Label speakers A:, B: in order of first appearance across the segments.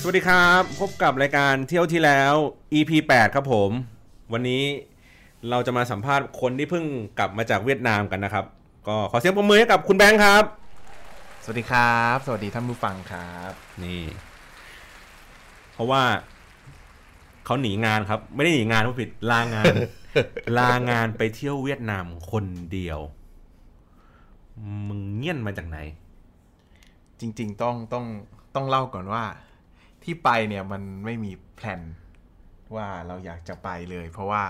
A: สวัสดีครับ พบกับรายการเที่ยวที่แล้ว EP 8 ครับผม วันนี้เราจะมาสัมภาษณ์คนที่เพิ่งกลับมาจากเวียดนามกันนะครับ ก็ขอเสียงปรบมือให้กับคุณแบงค์ครับ
B: สวัสดีครับ สวัสดีท่านผู้ฟังครับ
A: นี่ เพราะว่าเขาหนีงานครับ ไม่ได้หนีงานผู้ผิดลาง าน ลางานไปเที่ยวเวียดนามคนเดียว มึงเงี่ยนมาจากไหน
B: จริง ๆ ต้องต้องต้องเล่าก่อนว่า ที่ไปเนี่ยมันไม่มีแพลนว่าเราอยากจะไปเลย เพราะว่า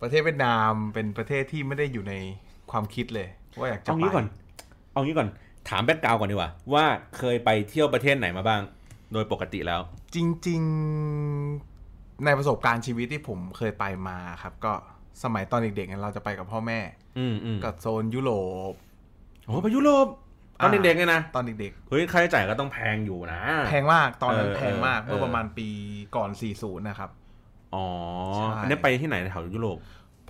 B: ประเทศเวียดนามเป็นประเทศที่ไม่ได้อยู่ในความคิดเลย ว่าอยากจะ
A: เอา
B: ไป
A: งี้ก่อน เอางี้ก่อน ถามแบ็กกราวก่อนดีกว่า ว่าเคยไปเที่ยวประเทศไหนมาบ้าง โดยปกติแล้ว
B: จริง ๆ ในประสบการณ์ชีวิตที่ผมเคยไปมาครับ ก็สมัยตอนเด็กๆเนี่ยเราจะไปกับพ่อแม่
A: อืมอืม
B: ก็โซนยุโรป
A: โอ้ไปยุโรปตอน
B: อ่า
A: เด็กๆเนี่ยนะ
B: ตอนเด็ก
A: เฮ้ย ค่าใช้จ่ายก็ต้องแพงอยู่นะ
B: ๆ แพงมากตอนนั้น
A: เออ
B: แพงมาก
A: เออ
B: เมื่อประมาณปีก่อน 40 นะครับ
A: อ๋อ
B: ใช่
A: อันนี้ไปที่ไหนแถวยุโรป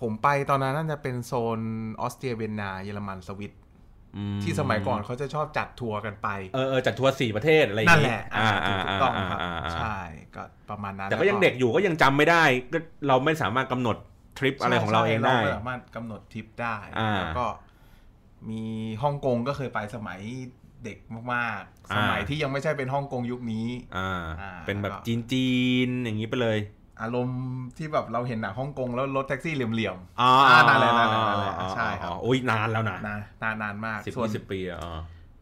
B: ผมไปตอนนั้นน่าจะเป็นโซนออสเตรียเวียนนาเยอรมันสวิต
A: อื
B: ที่สมัยก่อนเขาจะชอบจัดทัวร์กันไป
A: เออเออจัดทัวร์สี่ประเทศอะไรอย่าง
B: นั่น
A: งี้
B: แหละ
A: อ่า
B: ถู
A: อ่าก
B: ถูก
A: อ่า
B: ต้อง
A: อ่า
B: ครับ
A: อ่าอ่า
B: ใช่ก็ประมาณนั้น
A: แต่ก็ยังเด็กอยู่ก็ยังจำไม่ได้ ก็เราไม่สามารถกำหนดทริป
B: ใช่
A: อะไรของเราเองได้
B: ใช่รสามารถกำหนดทริปได้
A: อ่า
B: แล้วก็มีฮ่องกงก็เคยไปสมัยเด็กมาก
A: อ่า
B: ๆ สมัยที่ยังไม่ใช่เป็นฮ่องกงยุคนี้
A: อ่า
B: อ่า
A: เป็นแบบ
B: แล้วก็
A: จีนๆอย่างนี้ไปเลย
B: อารมณ์ที่แบบเราเห็นหนังฮ่องกงแล้วรถแท็กซี่เหลี่ยม
A: อ๋อ
B: อ่านานแล้วนานแล้วนานแล้วใช่ครับ
A: อ๋ออุ้ยนานแล้วนะ
B: ๆนะนานนานๆมาก
A: สิบ
B: ส่วน
A: ยี่สิบปีอะอ๋อ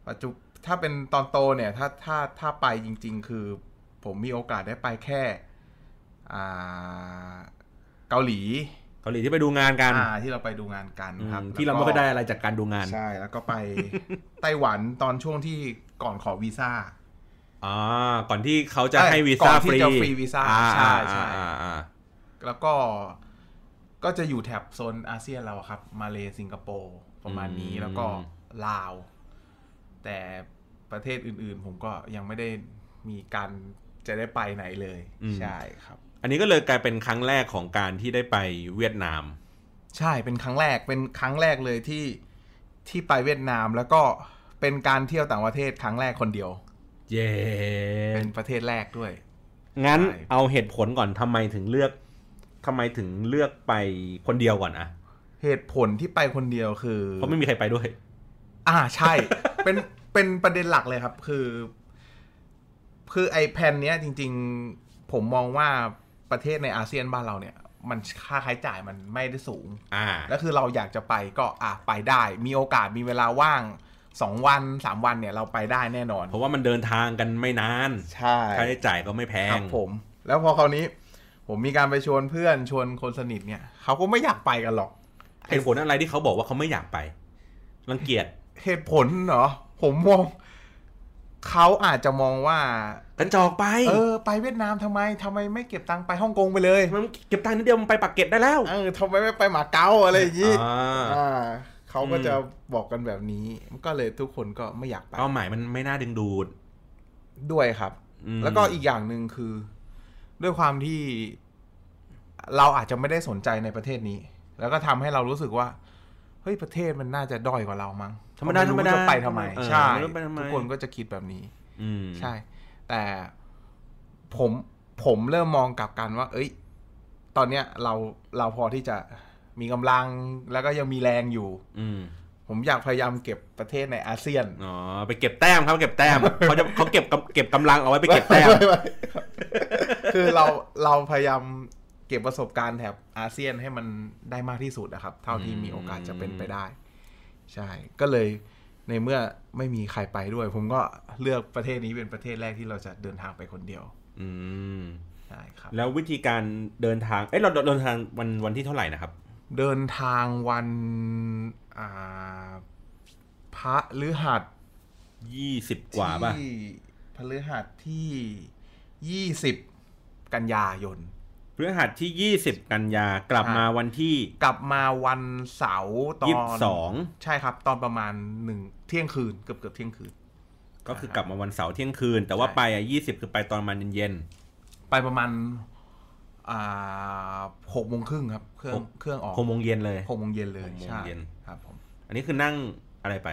B: ปัจจุถ้าเป็นตอนโตเนี่ยถ้าถ้าถ้าไปจริง ๆ คือผมมีโอกาสได้ไปแค่อ่าเกาหลี
A: เกาหลีที่ไปดูงานกัน
B: อ่าที่เราไปดูงานกัน
A: อืม
B: ครับ
A: ที่เรา
B: แล้ว
A: ไม่
B: ก็
A: ค่อยได้อะไรจากการดูงาน
B: ใช่แล้วก็ไป ไต้หวันตอนช่วงที่ก่อนขอวีซ่า
A: อ่าก่อนที่เขาจะ
B: ใช่
A: ให้วีซ่าฟ
B: ก่อนที่
A: รี
B: จะฟรีวีซ่า
A: อ่
B: ใช่ใช่
A: อ่าอ่าอ่า
B: แล้วก็ก็จะอยู่แถบโซนอาเซียนเราอะครับ มาเลสิงคโปร์ประมาณนี้แล้วก็ลาว แต่ประเทศอื่นๆ ผมก็ยังไม่ได้มีการจะได้ไปไหนเลยใช่ครับ
A: อันนี้ก็เลยกลายเป็นครั้งแรกของการที่ได้ไปเวียดนาม
B: ใช่เป็นครั้งแรกเป็นครั้งแรกเลยที่ที่ไปเวียดนามแล้วก็เป็นการเที่ยวต่างประเทศครั้งแรกคนเดียว
A: เย้
B: เป็นประเทศแรกด้วย
A: งั้น
B: ใช่
A: เอาเหตุผลก่อนทำไมถึงเลือกทำไมถึงเลือกไปคนเดียวก่อนอะ
B: เหตุผลที่ไปคนเดียวคือ
A: เพราะไม่มีใครไปด้วย
B: อ่าใช่ เป็นเป็นประเด็นหลักเลยครับ คือ คือไอแพนเนี้ยจริง ๆ ผมมองว่าประเทศในอาเซียนบ้านเราเนี่ย มันค่าใช้จ่ายมันไม่ได้สูง
A: อ่า
B: แล้วคือเราอยากจะไปก็อ่ะไปได้ มีโอกาสมีเวลาว่างสองวันสามวันเนี่ยเราไปได้แน่นอน
A: เพราะว่ามันเดินทางกันไม่นาน
B: ใช่
A: ค่าใช้จ่ายก็ไม่แพง
B: ครับผมแล้วพอคราวนี้ ผมมีการไปชวนเพื่อนชวนคนสนิทเนี่ยเขาก็ไม่อยากไปกันหรอก
A: เหตุผลอะไรที่เขาบอกว่าเขาไม่อยากไปรังเกียจ
B: เหตุผลเหรอผมมองเขาอาจจะมองว่า
A: กันจอกไป
B: เออ ไปเวียดนามทำไมทำไมไม่เก็บตังค์ไปฮ่องกงไปเลย
A: มันเก็บตังค์นิดเดียวมันไปปากเกร็ดได้แล้ว
B: เออทำไมไม่ไปหมาเก๊าอะไรอย่างนี้
A: อ่า
B: อ่าเขาก็จะบอกกันแบบนี้ก็เลยทุกคนก็ไม่อยากไป
A: เป้าหมายมันไม่น่าดึงดูด
B: ด้วยครับ
A: อืม
B: แล้วก็อีกอย่างหนึ่งคือ ด้วยความที่เราอาจจะไม่ได้สนใจในประเทศนี้ แล้วก็ทำให้เรารู้สึกว่า เฮ้ยประเทศมันน่าจะด้อยกว่าเรามั้ง
A: ธรรมดาธรรมดา
B: ไรู้จะไปทำไม
A: เออ
B: ใช่
A: ไม่รู้ไปทำไม
B: ทุกคนก็จะคิดแบบนี้
A: อืม
B: ใช่ แต่ผมผมเริ่มมองกลับกันว่า เอ้ย ตอนเนี้ยเราเราพอที่จะมีกำลังแล้วก็ยังมีแรงอยู่
A: อืม
B: ผมอยากพยายามเก็บประเทศในอาเซียน
A: อ๋อไปเก็บแต้มครับเก็บแต้ ม เขาจะเขาเก็บกำเก็บกำลังเอาไว้ไปเก็บแต้ม
B: ไม่ ไม่คือเราเราพยายามเก็บประสบการณ์แถบอาเซียนให้มันได้มากที่สุดนะครับ เท่าที่
A: อืม
B: มีโอกาสจะเป็นไปได้ ใช่ ก็เลยในเมื่อไม่มีใครไปด้วย ผมก็เลือกประเทศนี้เป็นประเทศแรกที่เราจะเดินทางไปคนเดียว
A: อืม
B: ใช่ครับ
A: แล้ววิธีการเดินทาง เอ้ยเราเดินทางวันวันที่เท่าไหร่นะครับ
B: เดินทางวันอ่าพ พระฤหัส
A: ยี่สิบกว่าป่ะ
B: ที่พระฤหัสที่ยี่สิบกันยายน
A: พฤหัสที่ 20 กันยากลับมาวันที่
B: กลับมาวันเสาร์ตอน
A: 22
B: ใช่ครับ ตอนประมาณหนึ่งเที่ยงคืนเกือบเกือบเที่ยงคืน
A: ก็คือกลับมาวันเสาร์เที่ยงคืน แต่ว่า
B: ใช่
A: ไปอ่ะ20 คือไปตอนประมันเย็น
B: ไปประมาณอ่าหกโมงครึ่งครับ เครื่อง
A: หก
B: เครื่องออก
A: ๆหกโมงเย็นเลย
B: หกโมงเย็นเลย
A: หกโมง
B: ใช่
A: เย็น
B: ครับผม
A: อันนี้คือนั่งอะไรไป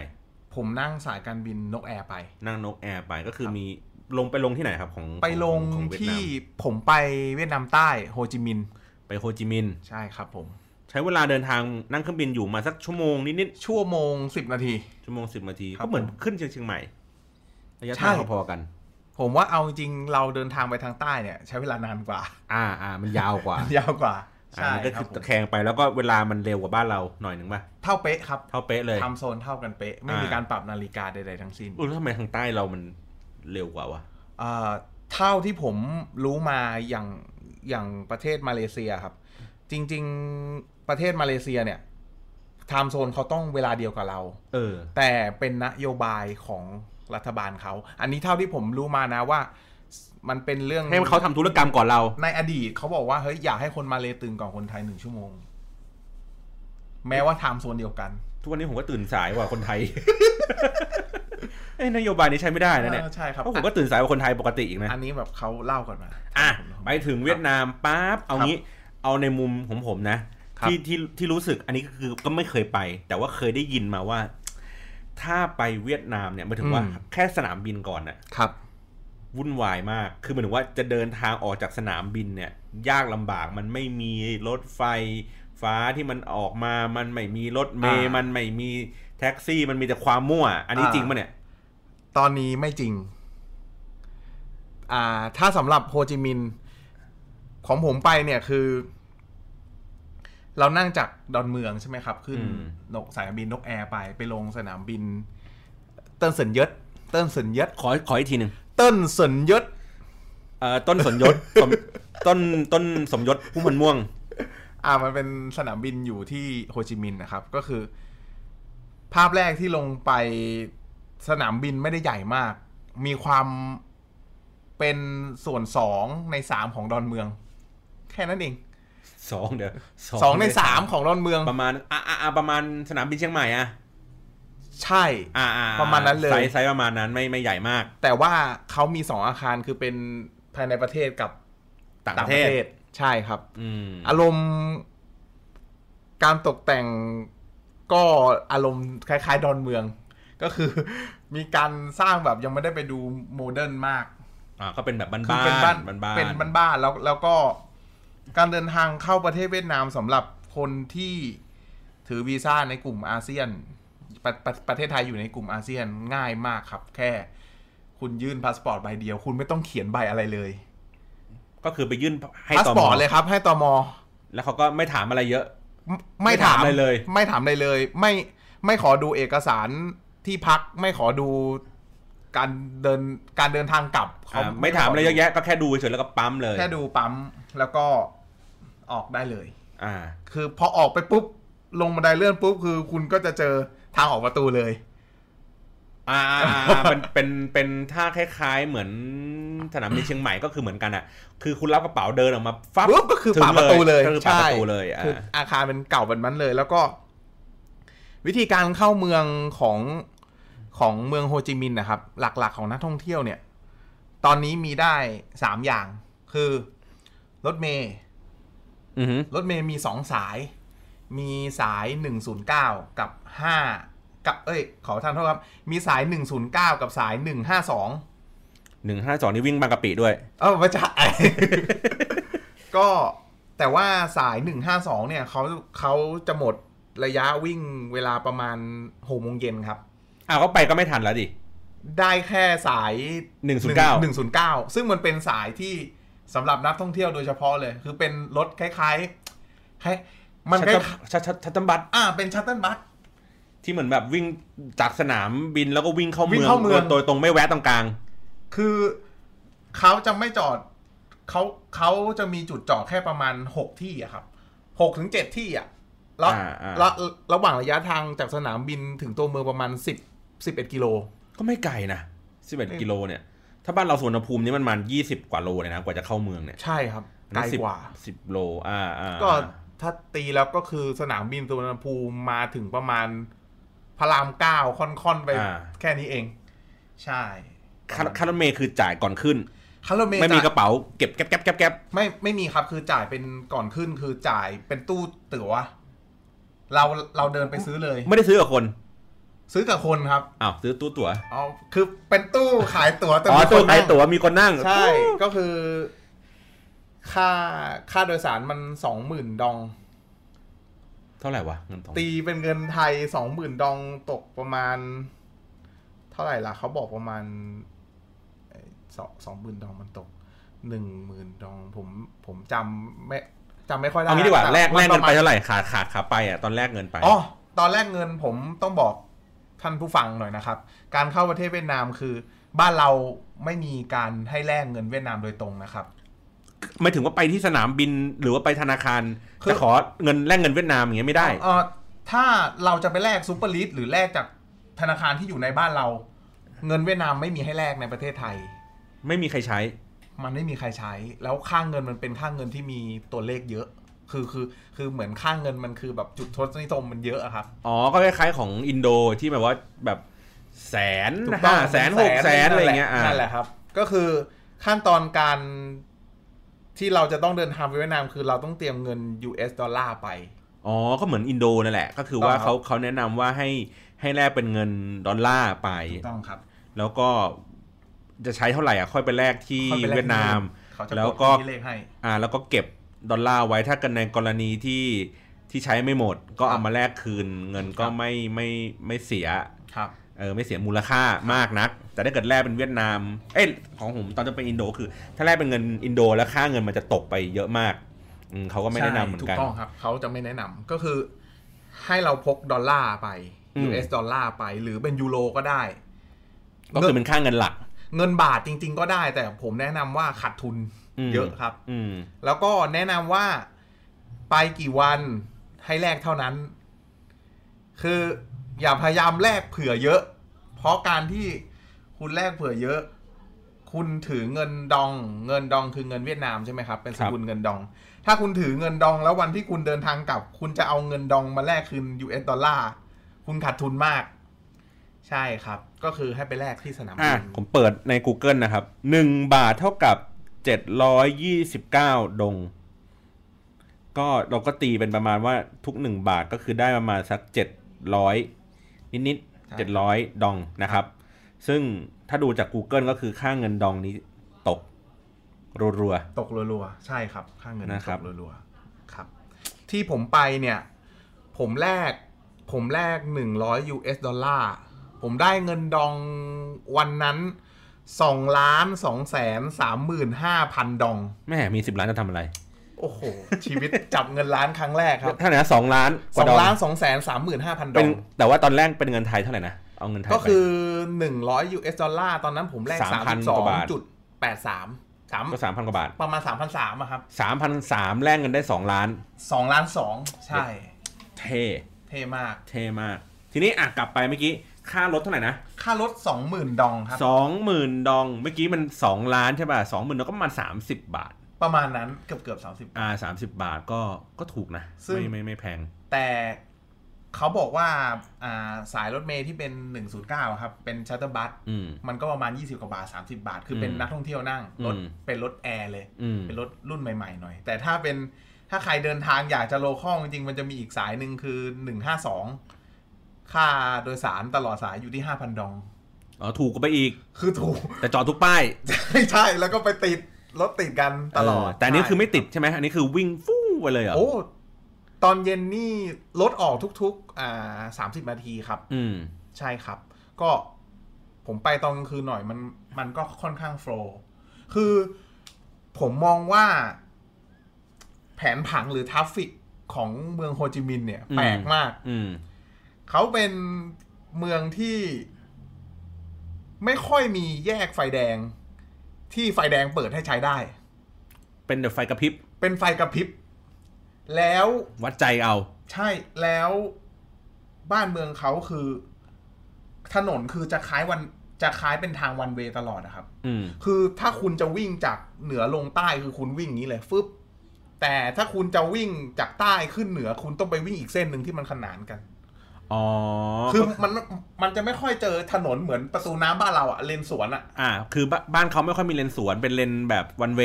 B: ผมนั่งสายการบินนกแอร์ไป
A: นั่งนกแอร์ไปก็คือ
B: ครับ
A: มีลงไปลงที่ไหนครับของ
B: ไปลง
A: ของของเวียด
B: ที่
A: นาม
B: ผมไปเวียดนามใต้โฮจิมินห์
A: ไปโฮจิมินห์
B: ใช่ครับผม
A: ใช้เวลาเดินทางนั่งเครื่องบินอยู่มาสักชั่วโมงนิด
B: ชั่วโมงสิบนาที
A: ๆชั่วโมง10นาที
B: ครับ
A: ก็เหมือนขึ้นเชียงเชียงใหม่ระยะ
B: ใช่
A: ทางพอๆกัน
B: ผมว่าเอาจริงๆเราเดินทางไปทางใต้เนี่ย ใช้เวลานานกว่า
A: อ่าอ่ามันยาวกว่า
B: ยาวกว่า
A: อ่า
B: ใช่
A: มันก็
B: ครั
A: คื
B: บ
A: อ
B: ผม
A: ตะแคงไปแล้วก็เวลามันเร็วกว่าบ้านเราหน่อยหนึ่งป่ะ
B: เท่าเป๊ะครับ
A: เท่าเป๊ะเลย
B: ทำโซนเท่ากันเป๊ะ ไม่มี
A: อ่า
B: การปรับนาฬิกาใดๆทั้งสิ้น
A: อุ้ยแล้วทำไมทางใต้เรามันเร็วกว่าวะ
B: เอ่อเท่าที่ผมรู้มาอย่างอย่างประเทศมาเลเซียครับ จริง ๆประเทศมาเลเซียเนี่ยไทม์โซนเขาต้องเวลาเดียวกับเรา
A: เออ
B: แต่เป็นนโยบายของรัฐบาลเขา อันนี้เท่าที่ผมรู้มานะว่า มันเป็นเรื่อง
A: ให้เขาทำธุรกรรมก่อนเรา
B: ในอดีตเขาบอกว่าเฮ้ยอยากให้คนมาเลตื่นก่อนคนไทยหนึ่งชั่วโมง แม้ว่าไทม์โซนเดียวกัน
A: ทุกวันนี้ผมก็ตื่นสายกว่าคนไท ย เอ้ยนโยบายนี้ใช้ไม่ได้นะเนี่ย
B: ออใช่ครับ
A: เพราะผมก็ตื่นสายกว่าคนไทยปกติอีกนะ
B: อันนี้แบบเขาเล่ากันมา
A: อ่ะ
B: ครับผม
A: ไปถึงเวียดนามปั๊บ เอางี้ เอาในมุมของผมนะ
B: ครับ
A: ที่ที่ที่รู้สึกอันนี้ก็คือก็ไม่เคยไป แต่ว่าเคยได้ยินมาว่า ถ้าไปเวียดนามเนี่ยหมายถึงว่าแค่สนามบินก่อนน่ะ
B: ครับ
A: วุ่นวายมาก คือหมายถึงว่าจะเดินทางออกจากสนามบินเนี่ย ยากลำบาก มันไม่มีรถไฟฟ้าที่มันออกมา มันไม่มีรถเมย์
B: อ่ามั
A: มันไม่มีแท็กซี่ มันมีแต่ความมั่ว อันนี้
B: อ่า
A: จริงปะเนี่ย
B: ตอนนี้ไม่จริง อ่า ถ้าสำหรับโฮจิมินห์ของผมไปเนี่ยคือ เรานั่งจากดอนเมืองใช่ไหมครับ ขึ้น
A: อืม
B: นกสายการบินนกแอร์ไปไปลงสนามบิน เติ้นเสินเยิดเติ้นเสินเยิด
A: ขอขออีกทีหนึ่ง
B: เติ้นเสินเยิด
A: เอ่อต้นสมยศ สมต้นต้นสมยศผู้มันม่วง
B: อ่า มันเป็นสนามบินอยู่ที่โฮจิมินห์นะครับ ก็คือ ภาพแรกที่ลงไปสนามบินไม่ได้ใหญ่มาก มีความเป็นส่วนสองในสามของดอนเมือง แค่นั้นเอง
A: สองเดี๋ยว
B: สองในสามของดอนเมือง
A: ประมาณอ่ะอ่ะอ่ะประมาณสนามบินเชียงใหม่อ่ะ
B: ใช่
A: อ่ะอ่อ่
B: ประมาณนั้นเลย
A: ไซส์ไซส์ประมาณนั้นไม่ไม่ใหญ่มาก
B: แต่ว่าเขามีสองอาคารคือเป็นภายในประเทศกับ
A: ต่างประเทศ
B: ใช่ครับ
A: อืม
B: อารมณ์ การตกแต่งก็อารมณ์คล้าย ๆ ดอนเมือง ก็คือ มีการสร้างแบบยังไม่ได้ไปดูโมเดิร์นมาก
A: อ่าก็เป็นแบบบ้าน
B: คือ
A: บ้า
B: เป็นบ้าน
A: นบ้านๆ
B: เป็นบ้านๆแล้วแล้วก็การเดินทางเข้าประเทศเวียดนามสำหรับคนที่ถือวีซ่าในกลุ่มอาเซียนประประประเทศไทยอยู่ในกลุ่มอาเซียนง่ายมากครับ แค่ คุณยื่นพาสปอร์ตใบเดียว คุณไม่ต้องเขียนใบอะไรเลย
A: ก็คือไปยื่นให้
B: พาส
A: ต
B: ป
A: ม
B: อร์ตเลยครับ ให้ตม
A: แล้วเขาก็ไม่ถามอะไรเยอะ
B: ไม่
A: ไม่
B: ไม่
A: ถา
B: ถาม ม
A: อะไรเลย
B: ไม่ถามอะไรเลย ไม่ไม่ขอดูเอกสารที่พักไม่ขอดูการเดินการเดินทางกลับเข
A: อ่าไม่ถามอะไรเยอะแยะก็แค่ดูเฉยๆแล้วก็ปั๊มเลย
B: แค่ดูปั๊มแล้วก็ออกได้เลย
A: อ่า
B: คือพอออกไปปุ๊บ ลงบันไดเลื่อนปุ๊บ คือคุณก็จะเจอทางออกประตูเลย
A: อ่าอ่าเป็นเป็นเป็นท่าคล้ายๆ เหมือนสนามบินเชียงใหม่ก็คือเหมือนกันอ่ะ คือคุณรับกระเป๋าเดินออกมาฟับ
B: ปุ๊บก็คือ
A: ถึง
B: ป่าประตูเลย
A: ก็คือปา
B: ใช่
A: ประตูเลยอ่า
B: คืออาคารเป็นเก่าแบบนั้นเลย แล้วก็ วิธีการเข้าเมืองของของเมืองโฮจิมินห์นะครับ หลักๆของนักท่องเที่ยวเนี่ย ตอนนี้มีได้สามอย่าง คือรถเมย์
A: อือหือ
B: รถเมย์มีสองสาย มีสายหนึ่งศูนย์เก้ากับห้ากับเอ้ย ขอทานโทษครับ มีสายหนึ่งศูนย์เก้ากับสายหนึ่งห้าสอง
A: หนึ่งห้าสองนี่วิ่งบางกะปิด้วย
B: เออมาจาก ก็แต่ว่าสาย 152 เนี่ยเขาเขาจะหมดระยะวิ่งเวลาประมาณหกโมงเย็นครับ
A: อ้าวก็ไปก็ไม่ทันแล้วดิ
B: ได้แค่สาย
A: 109
B: 109 ซึ่งมันเป็นสายที่สำหรับนักท่องเที่ยวโดยเฉพาะเลย คือเป็นรถคล้ายๆคล้ายมันคล้าย
A: ชัดชัดชัดตบัต
B: อ่าเป็นชัตเติลบัส
A: ที่เหมือนแบบวิ่งจากสนามบินแล้วก็วิ่งเข้า
B: วิ่
A: เมื
B: ง
A: อง
B: เข้าเมือง
A: โดยตรงไม่แวะตรงกลาง
B: คือเขาจะไม่จอดเขาเขาจะมีจุดจอดแค่ประมาณหกที่อะครับหกถึงเจ็ดที่อะแล้ว
A: อ่าอ่า
B: แล้วระหว่างระยะทางจากสนามบินถึงตัวเมืองประมาณสิบ สิบเอ็ดกิโล
A: ก็ไม่ไกลนะ11กิโลเนี่ย ถ้าบ้านเราสวนภูมินี่มันประมัน20 กว่าโลเลยนะ กว่าจะเข้าเมืองเนี่ย
B: ใช่ครับไกล
A: สิบ
B: กว่า
A: สิบโล อ่าอ่า
B: ก็ถ้าตีแล้วก็คือสนามบินสุวรรณภูมิมาถึงประมาณพระรามเก้าค่อนๆไปแค่นี้เอง ใช่
A: ค่าค่ารถเมย์คือจ่ายก่อนขึ้น
B: คารถเมล์
A: ไม่มีก
B: จ่าย
A: ระเป๋าเก็บแก๊บแก๊บแก๊บแก๊บ
B: ไม่ไม่มีครับคือจ่ายเป็นก่อนขึ้นคือจ่ายเป็นตู้ตั๋วเราเราเดินไปซื้อเลย
A: ไม่ได้ซื้อกับคน
B: ซื้อกับคนครับ
A: อ้าว ซื้อตู้ตั๋ว
B: อ๋อคือเป็นตู้ขายตั๋วแต่
A: อ๋อ
B: มีค
A: ตู้
B: น
A: ขาย
B: นั่ง
A: ตั๋วมีคนนั่ง
B: ใช่ ก็คือ ค่าค่าโดยสารมันสองหมื่นดอง
A: เท่าไหร่วะเงินสอง
B: ตีเป็นเงินไทยสองหมื่นดองตกประมาณ เท่าไหร่ล่ะเขาบอกประมาณเอ่อสองสองหมื่นดองมันตกหนึ่งหมื่นดองผมผมจำไม่จำไม่ค่อยได้
A: เอางี้ดีกว่า
B: ต่
A: แลกแลกเงินไป
B: มัประมาณ
A: เท่าไหร่ขาดขาดขาไปอ่ะตอนแลกเงินไป
B: อ๋อตอนแรกเงินผมต้องบอกท่านผู้ฟังหน่อยนะครับ การเข้าประเทศเวียดนามคือ บ้านเราไม่มีการให้แลกเงินเวียดนามโดยตรงนะครับ
A: ไม่ถึงว่าไปที่สนามบินหรือว่าไปธนาคาร
B: คือ
A: จะขอเงินแลกเงินเวียดนามอย่างเงี้ยไม่ได้
B: เออถ้าเราจะไปแลกซูเปอร์ลิสหรือแลกจากธนาคารที่อยู่ในบ้านเรา เงินเวียดนามไม่มีให้แลกในประเทศไทย
A: ไม่มีใครใช้
B: มันไม่มีใครใช้ แล้วค่าเงินมันเป็นค่าเงินที่มีตัวเลขเยอะ คือคือคือเหมือนค่าเงินมันคือแบบจุดทศนิยมมันเยอะอะครับ
A: อ๋อ ก็คล้ายๆของอินโดที่แบบว่าแบบแสน
B: ถูกต้อ
A: ห้าง แสนหกแสนอะไรเงี้ยอ่า
B: นั่นแหละครับ ก็คือขั้นตอนการที่เราจะต้องเดินทางไปเวียดนาม คือเราต้องเตรียมเงิน US ดอลลาร์ไป
A: อ๋อ ก็เหมือนอินโดนั่นแหละ ก็คือว่า
B: ถูกต้
A: เขา
B: องครับ
A: เขาแนะนำว่าให้ให้แลกเป็นเงินดอลลาร์ไป
B: ถูกต้องครับ
A: แล้วก็จะใช้เท่าไหร่อ่ะ ค่อยไปแลกที่
B: ค่อไปแลก
A: เวียดนาม
B: เขาจะ
A: แล้วก็
B: ดเลขให้
A: อ่า แล้วก็เก็บดอลลาร์ไว้ถ้าเกิดในกรณีที่ที่ใช้ไม่หมด ก็เอามาแลกคืนเงินก็
B: ครับ
A: ไม่ไม่ไม่เสีย
B: ครับ
A: เออไม่เสียมูลค่ามากนัก แต่ถ้าเกิดแลกเป็นเวียดนาม เอ้ยของผมตอนจะไปอินโดคือ ถ้าแลกเป็นเงินอินโดแล้วค่าเงินมันจะตกไปเยอะมากอืมเขาก็ไม่แนะนำเหมือนกัน
B: ใช่ถูกต้องครับเขาจะไม่แนะนำก็คือให้เราพกดอลลาร์ไป
A: อืม
B: US ดอลลาร์ไป หรือเป็นยูโรก็ได้
A: ก็คือเป็นค่าเงินหลัก
B: เงินบาทจริง ๆ ก็ได้ แต่ผมแนะนำว่าขาดทุน
A: อืม
B: เยอะครับ
A: อืม
B: แล้วก็แนะนำว่าไปกี่วันให้แลกเท่านั้น คืออย่าพยายามแลกเผื่อเยอะ เพราะการที่คุณแลกเผื่อเยอะ คุณถือเงินดอง เงินดองคือเงินเวียดนามใช่ไหมครับ เป็นสกุลเงินดอง ถ้าคุณถือเงินดองแล้ววันที่คุณเดินทางกลับ คุณจะเอาเงินดองมาแลกคืน US ดอลลาร์คุณขาดทุนมาก ใช่ครับ ก็คือให้ไปแลกที่สนาม
A: อ่ะ
B: บิน
A: ผมเปิดใน Google นะครับ 1 บาทเท่ากับ 729 ดง ก็เราก็ตีเป็นประมาณว่าทุก 1 บาทก็คือได้ประมาณสัก 700 นิดๆ700 ดองนะครับ ซึ่งถ้าดูจาก Google ก็คือค่าเงินดองนี้ตก รัว
B: ตกรัวๆใช่ครับค่าเงิน
A: นะครับ
B: ตกรัวๆครับ ที่ผมไปเนี่ย ผมแลกผมแลกหนึ่งร้อย US ดอลลาร์ ผมได้เงินดองวันนั้นสองล้านสองแสนสามหมื่นห้าพันดอง
A: ๆ แม่มี 10 ล้านจะทำอะไร
B: โอ้โห ชีวิตจับเงินล้านครั้งแรกครับ
A: ถ้าไหนนะ2ล้านก
B: สอ
A: ว่าง ดอง
B: ล้านสองแสนสามหมื่นห้าพันด
A: เป็
B: อน ง
A: แต่ว่าตอนแรกเป็นเงินไทยเท่าไหร่นะ เอาเงินไทย
B: ก็
A: ไป
B: คือหนึ่งร้อย US ดอลลาร์ ตอนนั้นผมแลกสามสิบ
A: 3,000
B: ส
A: ก
B: อ
A: ว่าบาท
B: งจุดแปดสามสาม
A: ก็3,000 กว่าบาท
B: ประมาณสามพันสามอะครับ
A: 3,003แลกเงินได้ 2 ล้าน
B: สองล้านสองใช่
A: เท
B: เท่มาก
A: เท่มาก ทีนี้อ่ะกลับไปเมื่อกี้ ค่ารถเท่าไหร่นะ
B: ค่ารถสองหมื่นดองครับ
A: สองหมื่นดอง เมื่อกี้มันสองล้านใช่ป่ะสองหมื่นดองก็ประมาณสามสิบบาท
B: ประมาณนั้นเกือบเกือบสามสิบ
A: อ่าสามสิบบาทก็ก็ถูกนะ
B: ซึ่ง
A: ไม่ไม่ไม่แพง
B: แต่เขาบอกว่าอ่าสายรถเมย์ที่เป็น 109 ครับ เป็นชัตเตอร์บัส
A: อืม
B: มันก็ประมาณ 20 กว่าบาท 30 บาท คือเป็น
A: อืม
B: นักท่องเที่ยวนั่ง รถ
A: อืม
B: เป็นรถแอร์เลย
A: อืม
B: เป็นรถรุ่นใหม่ ๆ หน่อย แต่ถ้าเป็นถ้าใครเดินทางอยากจะโลคอลจริงๆ มันจะมีอีกสายหนึ่งคือ 152 ค่าโดยสารตลอดสายอยู่ที่ 5,000 ดอง
A: อ๋อถูกกว่าไปอีก
B: คือถูก
A: แต่จอดทุกป้าย
B: ใช่แล้วก็ไปติดรถติดกันตลอด
A: เแต่อันนี้
B: ใช่
A: คือไม่ติดใช่ไหมอันนี้คือวิ่งฟู่ไปเลยเหรอ
B: โอ้ ตอนเย็นนี่รถออกทุกๆ อ่าสามสิบนาทีครับ
A: อืม
B: ใช่ครับ ก็ผมไปตอนกลางคืนหน่อยมันมันก็ค่อนข้างโฟล์คือผมมองว่า แผนผังหรือทราฟฟิกของเมืองโฮจิมินห์เนี่ย
A: อืม
B: แปลกมาก
A: อืม
B: เขาเป็นเมืองที่ไม่ค่อยมีแยกไฟแดง ที่ไฟแดงเปิดให้ใช้ได้
A: เป็นเดอะไฟกระพริบ
B: เป็นไฟกระพริบ แล้ว
A: วัดใจเอา
B: ใช่แล้วบ้านเมืองเขาคือ ถนนคือจะคล้ายวันจะคล้ายเป็นทางวันเวตลอดนะครับ
A: อืม
B: คือถ้าคุณจะวิ่งจากเหนือลงใต้คือคุณวิ่งอย่างนี้เลยฟึบแต่ถ้าคุณจะวิ่งจากใต้ขึ้นเหนือคุณต้องไปวิ่งอีกเส้นหนึ่งที่มันขนานกัน
A: อ๋อ
B: คือมันมันจะไม่ค่อยเจอถนนเหมือนประตูน้ำบ้านเราอะเลนสวนอะ
A: อ่า คือบ้านบ้านเขาไม่ค่อยมีเลนสวนเป็นเลนแบบวันเว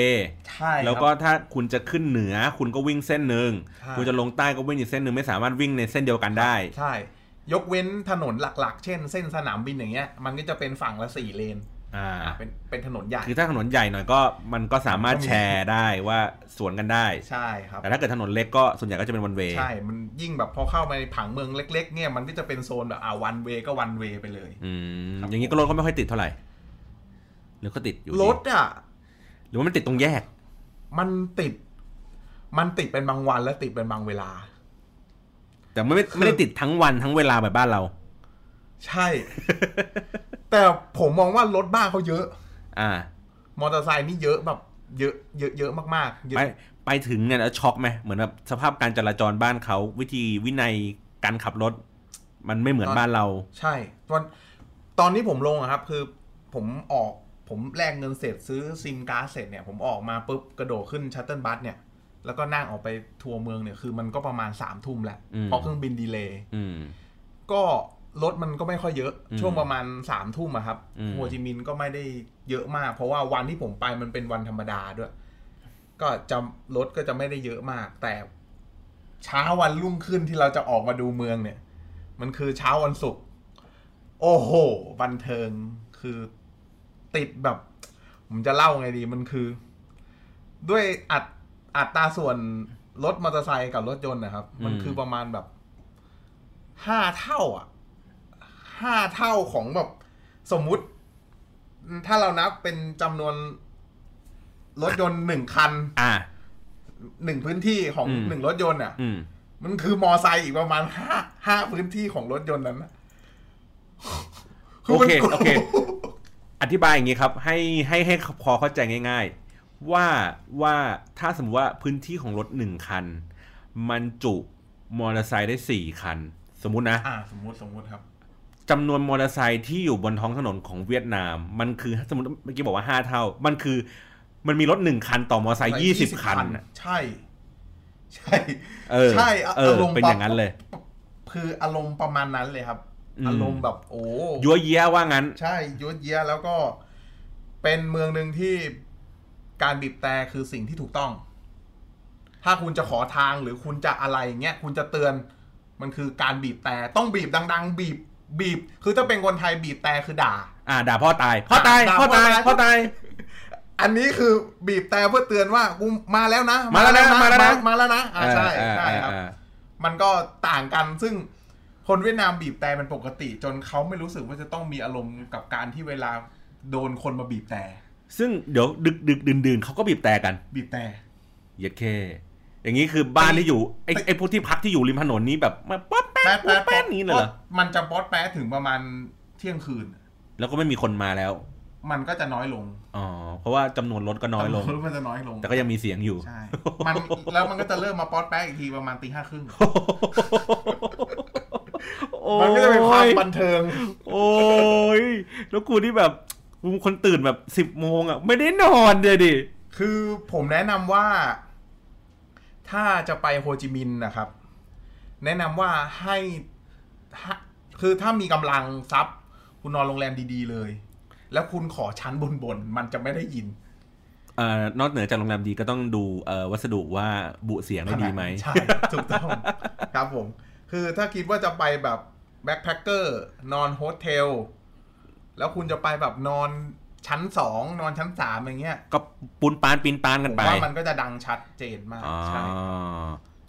B: ใช่ครับ
A: แล้วก็ถ้าคุณจะขึ้นเหนือ คุณก็วิ่งเส้นหนึ่ง
B: ใช่
A: คุณจะลงใต้ก็วิ่งอีกเส้นหนึ่งไม่สามารถวิ่งในเส้นเดียวกันได้
B: ใช่ ยกเว้นถนนหลักๆ เช่น เส้นสนามบินอย่างเงี้ย มันก็จะเป็นฝั่งละสี่เลน
A: อ่า
B: เป็นเป็นถนนใหญ่
A: คือถ้าถนนใหญ่หน่อยก็มันก็สามารถ
B: ก็มี
A: แชร์ได้ว่าสวนกันได้
B: ใช่ครับ
A: แต่ถ้าเกิดถนนเล็กก็ส่วนใหญ่ก็จะเป็นวันเว
B: ใช่ มันยิ่งแบบพอเข้ามาในผังเมืองเล็ก ๆ เนี่ย มันก็จะเป็นโซนแบบอ่าวันเวก็วันเวไปเลย
A: อืม
B: ครับ
A: อย่างนี้ก็รถก็ไม่ค่อยติดเท่าไหร่ หรือก็ติดอยู่ดี
B: รถอ่ะ
A: หรือว่ามันติดตรงแยก
B: มันติด มันติดเป็นบางวันและติดเป็นบางเวลา
A: แต่ไม่ไม่ได้ติดทั้งวันทั้งเวลาแบบบ้านเรา
B: ใช่ แต่ผมมองว่ารถบ้านเขาเยอะ
A: อ่า
B: มอเตอร์ไซค์นี่เยอะแบบ เยอะ เยอะเยอะมากๆเยอะ
A: ไปไปถึงเนี่ยแล้วช็อกไหมเหมือนแบบสภาพการจราจรบ้านเขาวิธีวินัยการขับรถ มันไม่เหมือนบ้านเรา
B: ใช่ ตอนตอนนี้ผมลงอะครับ คือผมออกผมแลกเงินเสร็จซื้อซิมการ์ดเสร็จเนี่ย ผมออกมาปุ๊บกระโดดขึ้นชัตเติลบัสเนี่ย แล้วก็นั่งออกไปทัวร์เมืองเนี่ยคือมันก็ประมาณสามทุ่มแหละ
A: อืม
B: เพราะเครื่องบินดีเลย์
A: อืม
B: ก็รถมันก็ไม่ค่อยเยอะ
A: อืม
B: ช่วงประมาณสามทุ่มอะครับ
A: อืม
B: โฮจิมินห์ก็ไม่ได้เยอะมาก เพราะว่าวันที่ผมไปมันเป็นวันธรรมดาด้วย ก็จะรถก็จะไม่ได้เยอะมาก แต่เช้าวันรุ่งขึ้นที่เราจะออกมาดูเมืองเนี่ย มันคือเช้าวันศุกร์โอ้โหบันเทิงคือติดแบบ ผมจะเล่าไงดีมันคือ ด้วยอัดอัตราส่วนรถมอเตอร์ไซค์กับรถยนต์นะครับ มัน
A: อืม
B: คือประมาณแบบห้าเท่า อ่ะห้าเท่าของแบบสมมุติ ถ้าเรานับเป็นจำนวนรถยนต์หนึ่งคัน
A: อ่า
B: หนึ่งพื้นที่ของ
A: อืม
B: หนึ่งรถยนต์อ่ะ
A: อืม
B: มันคือมอไซค์อีกประมาณห้าห้าพื้นที่ของรถยนต์นั้นนะ
A: โอเค
B: มัน
A: โอเค อธิบายอย่างนี้ครับ ให้ให้ให้พอเข้าใจง่าย ๆ ว่าว่าถ้าสมมติว่าพื้นที่ของรถหนึ่งคัน มันจุมอเตอร์ไซค์ได้สี่คัน สมมุตินะ
B: อ่า สมมติสมมติครับ
A: จำนวนมอเตอร์ไซค์ที่อยู่บนท้องถนนของเวียดนาม มันคือสมมติเมื่อกี้บอกว่าห้าเท่า มันคือมันมีรถหนึ่งคันต่อมอเตอร์ไซค์ยี่สิบคันน่ะ
B: ใช่ ใช่
A: เออ
B: ใช่
A: เออเป็นอย่างนั้นเลย
B: คืออารมณ์ประมาณนั้นเลยครับ
A: อืม
B: อารมณ์แบบโอ้
A: ยัวเยี้ยว่างั้น
B: ใช่ยุดเยียแล้วก็เป็นเมืองหนึ่งที่การบีบแต่คือสิ่งที่ถูกต้อง ถ้าคุณจะขอทางหรือคุณจะอะไรอย่างเงี้ยคุณจะเตือนมันคือการบีบแต่ต้องบีบดัง ๆ บีบบีบ คือถ้าเป็นคนไทยบีบแต่คือด่า
A: อ่าด่าพ่อตายพ่อตาย
B: ด่า
A: พ่อตาย
B: พ่อตาย
A: พ่อตาย
B: อันนี้คือบีบแต่เพื่อเตือนว่ากูมาแล้วนะ
A: มาแล้วนะมาแล้วนะ
B: มาแล้วนะอ่าใช่
A: เออ
B: ใช่
A: เออ
B: ครับ
A: เออ
B: มันก็ต่างกันซึ่งคนเวียดนามบีบแต่เป็นปกติ จนเขาไม่รู้สึกว่าจะต้องมีอารมณ์กับการที่เวลาโดนคนมาบีบแต่
A: ซึ่งเดี๋ยวดึกดึกดื่นดื่นๆเขาก็บีบแต่กัน
B: บีบแต่
A: เย็ดเค อย่างนี้คือบ้าน
B: ไอ้
A: ที่อยู่ไอ้
B: ไอ้
A: ไอ้พวกที่พักที่อยู่ริมถนนนี้แบบมาป๊อปแป๊ะป๊อปแป๊ะนี้เลยเหรอ
B: มันจะป๊อดแป๊ดถึงประมาณเที่ยงคืน
A: แล้วก็ไม่มีคนมาแล้ว
B: มันก็จะน้อยลง
A: อ๋อเพราะว่าจำนวนรถก็น้อยลง
B: จำวรถมันจะน้อยลง
A: แต่ก็ยังมีเสียงอยู่
B: ใช่ มันแล้วมันก็จะเริ่มมาป๊อดแป๊ดอีกทีประมาณตีห้าครึ่งมันก็จะเป็นความบันเทิง
A: โอ้ยแล้วกูที่แบบกูคนตื่นแบบสิบ10โมงอ่ะ ไม่ได้นอนเลยดิ
B: คือผมแนะนำว่า ถ้าจะไปโฮจิมินห์นะครับ แนะนำว่าให้ฮะคือถ้ามีกำลังทรัพย์ คุณนอนโรงแรมดีๆเลย แล้วคุณขอชั้นบนบนๆมันจะไม่ได้ยิน
A: เอ่อนอกเหนือจากโรงแรมดีก็ต้องดูเอ่อวัสดุว่าบุเสียงได้ดีไหม
B: ใช่ ถูกต้อง ครับผม คือถ้าคิดว่าจะไปแบบแบ็คแพคเกอร์นอนโฮสเทล แล้วคุณจะไปแบบนอนชั้นสองนอนชั้นสามอย่างเงี้ย
A: ก็ปูนปานปีนปาน
B: ผ
A: กัน
B: ม
A: ไป
B: ว่ามันก็จะดังชัดเจนมาก
A: อ๋อ
B: ใช่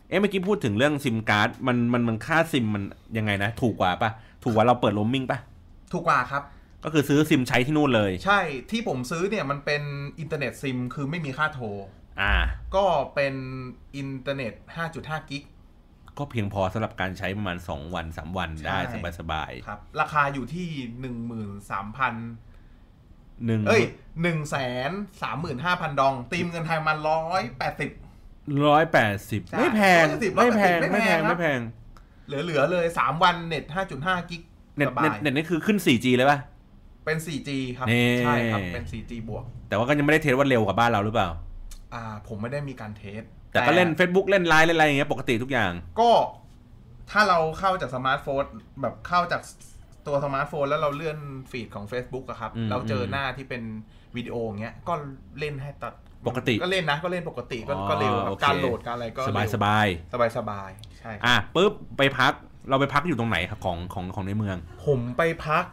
A: เอ๊ะเมื่อกี้พูดถึงเรื่องซิมการ์ดมันมันมันค่าซิมมันยังไงนะ ถูกกว่าปะถูกกว่าเราเปิดโรมมิ่งปะ
B: ถูกกว่าครับ
A: ก็คือซื้อซิมใช้ที่นู่นเลย
B: ใช่ที่ผมซื้อเนี่ยมันเป็นอินเทอร์เน็ตซิมคือไม่มีค่าโทร
A: อ่า
B: ก็เป็นอินเทอร์เน็ต 5.5 กิก
A: ก็เพียงพอสำหรับการใช้ประมาณ 2 วัน 3 วันได้
B: ใช่
A: สบายสบาย
B: ครับ ราคาอยู่ที่ 13,000
A: ๆหนึ่ง
B: เอ้ย 135,000 ดอง ตีมเงินไทยมัน 180
A: ร้อยแปดสิบ
B: ใช่
A: ไม่แพง
B: 180
A: ไม่แพง
B: ไม่
A: ไม่
B: แพ
A: แพ
B: ง
A: ง
B: ครับ
A: ไม่แพง
B: เหลือๆเลย 3 วันเน็ต 5.5 กิก
A: เน็ต
B: สบาย
A: เน็ตเน็ตนี่คือขึ้น 4G เลยป่ะ
B: เป็น 4G ครับ
A: นี่
B: ใช่ครับ เป็น 4G บวก
A: แต่ว่าก็ยังไม่ได้เทสว่าเร็วกว่าบ้านเราหรือเปล่า
B: อ่า ผมไม่ได้มีการเทส
A: แต่ก็เล่น Facebook เล่นไลน์เล่นอะไรอย่างเงี้ยปกติทุกอย่าง
B: ก็ถ้าเราเข้าจากสมาร์ทโฟนแบบเข้าจากตัวสมาร์ทโฟนแล้วเราเลื่อนฟีดของ Facebook อะครับ
A: อืม
B: เราเจอหน้าที่เป็นวิดีโออย่างเงี้ยก็เล่นให้ตัด
A: ปกติ
B: ก็เล่นนะ ก็เล่นปกติก็
A: อ๋อ
B: ก็เร็วครับ
A: โอเค
B: การโหลดการอะไรก็
A: สบายส
B: ย
A: บาย
B: สบายสบายใช่ครับ
A: อ่ะปุ๊บไปพักเราไปพักอยู่ตรงไหนครับของของของในเมือง
B: ผมไปพัก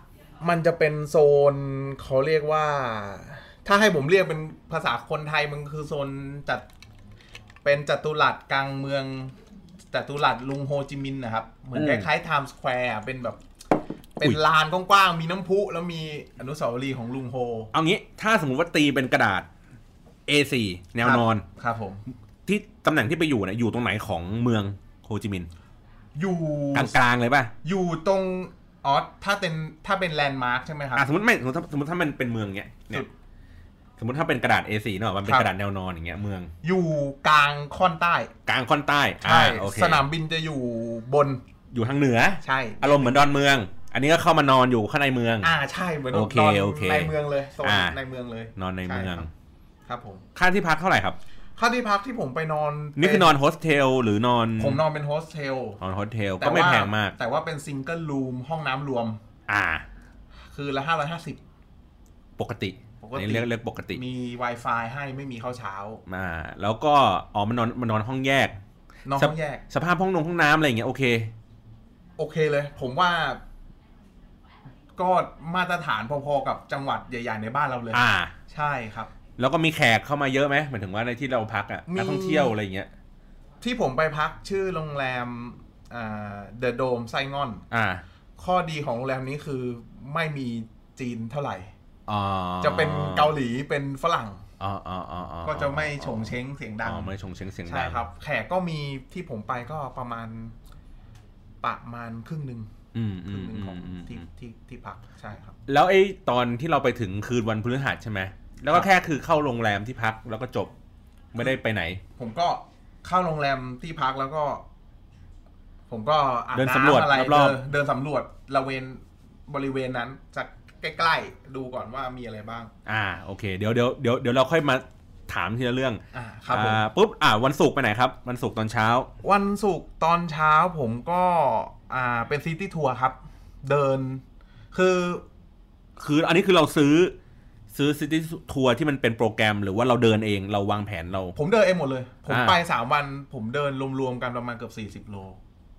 B: มันจะเป็นโซนเขาเรียกว่า ถ้าให้ผมเรียกเป็นภาษาคนไทยมันคือโซนจัดเป็นจัตุรัสกลางเมืองจัตุรัสลุงโฮจิมินห์นะครับ เหมือน
A: อื
B: ค
A: ม
B: ล้ายๆไทม์สแควร์เป็นแบบ เป็น
A: อุ๊ย
B: ลานกว้างๆ มีน้ำพุ แล้วมีอนุสาวรีย์ของลุงโฮ
A: เอางี้ถ้าสมมติว่าตีเป็นกระดาษ A4 แนวนอน
B: ครับครับผม
A: ที่ตำแหน่งที่ไปอยู่เนี่ยอยู่ตรงไหนของเมืองโฮจิมินห์
B: อยู่
A: กลางๆเลยป่ะ
B: อยู่ตรงอ๋อถ้าเป็นถ้าเป็นแลนด์มาร์คใช่ไหมครับ
A: อ่ะสมมติไม่สมมติถ้าสมมติถ้ามันเป็นเมืองเนี้ยเนี่ยสมมติถ้าเป็นกระดาษ A4 เนาะมันเป็น
B: ครับ
A: กระดาษแนวนอนอย่างเงี้ยเมือง
B: อยู่กลางค่อนใต้
A: กลางค่อนใต้
B: ใช่
A: อ่าโอเค
B: สนามบินจะอยู่บน
A: อยู่ทางเหนือ
B: ใช่
A: อารมณ์เหมือนดอนเมือง อันนี้ก็เข้ามานอนอยู่ข้างในเมือง
B: อ่าใช่เหมือน
A: โอเคน
B: น
A: โอเค
B: ในเมืองเลยโซน
A: อ่า
B: ในเมืองเลย
A: นอนในเมือง
B: ช่ครับครับผม
A: ค่าที่พักเท่าไหร่ครับ
B: ค่าที่พักที่ผมไปนอน
A: นี่คือนอนโฮสเทลหรือนอน
B: ผมนอนเป็นโฮสเทล
A: นอนโฮสเทลก็ไม่แพงมาก
B: แต่ว่าเป็นซิงเกิลรูมห้องน้ำรวม
A: อ่า
B: คือละห้าร้อยห้าสิบ
A: ปกติ
B: ปกติ
A: นี่เรียกเรียกปกติ
B: มี Wi-Fi ให้ไม่มีข้าวเช้า
A: มาแล้วก็อ๋อมันนอนมันนอนห้องแยก
B: นอน
A: สับ
B: ห้องแยก
A: สภาพห้องนงห้องน้ำอะไรอย่างเงี้ยโอเค
B: โอเคเลย ผมว่า ก็มาตรฐานพอๆกับจังหวัดใหญ่ ๆ ในบ้านเราเลย
A: อ่า
B: ใช่ครับ
A: แล้วก็มีแขกเข้ามาเยอะไหมหมายถึงว่าในที่เราพักอ่ะ
B: มี
A: นักท่องเที่ยวอะไรอย่างเงี้ย
B: ที่ผมไปพักชื่อโรงแรมเดอะโดมไซงอน
A: อ่า
B: ข้อดีของโรงแรมนี้คือไม่มีจีนเท่าไหร่
A: อ๋อ
B: จะเป็นเกาหลีเป็นฝรั่ง
A: อ๋ออ๋ออ๋ออ๋อ
B: ก็จะไม่โฉงเช้งเสียงดัง
A: อ๋อไม่ชงเสียงเสียงดัง
B: ใช่ครับ แขกก็มีที่ผมไปก็ประมาณประมาณครึ่งหนึ่ง
A: อืม
B: ค
A: อื
B: รึ่ง
A: ม
B: หนึ่ง
A: อื
B: ของ
A: มอืม
B: ที่ที่ที่พักใช่ครับ
A: แล้วไอ้ตอนที่เราไปถึงคืนวันพฤหัสใช่ไหมแล้วก็
B: ครับ
A: แค่คือเข้าโรงแรมที่พักแล้วก็จบไม่ได้ไปไหน
B: ผมก็เข้าโรงแรมที่พักแล้วก็ ผมก็อาบ
A: เดินสำรวจ
B: น้ำอะไร
A: รอบๆ
B: เดินเดินสำรวจระเวนบริเวณนั้นจากใกล้ๆดูก่อนว่ามีอะไรบ้าง
A: อ่าโอเคเดี๋ยวเดี๋ยวเดี๋ยวเดี๋ยวเราค่อยมาถามทีละเรื่อง
B: อ่าครับผม
A: อ่าปุ๊บอ่าวันศุกร์ไปไหนครับ วันศุกร์ตอนเช้า
B: วันศุกร์ตอนเช้าผมก็อ่าเป็นซิตี้ทัวร์ครับ เดิน คือ
A: คืออันนี้คือเราซื้อซื้อซิตี้ทัวร์ที่มันเป็นโปรแกรม หรือว่าเราเดินเองเราวางแผนเรา
B: ผมเดินเองหมดเลย ผม
A: อ่า
B: ไปสามวัน ผมเดินรวมๆกันประมาณเกือบสี่สิบ40 โล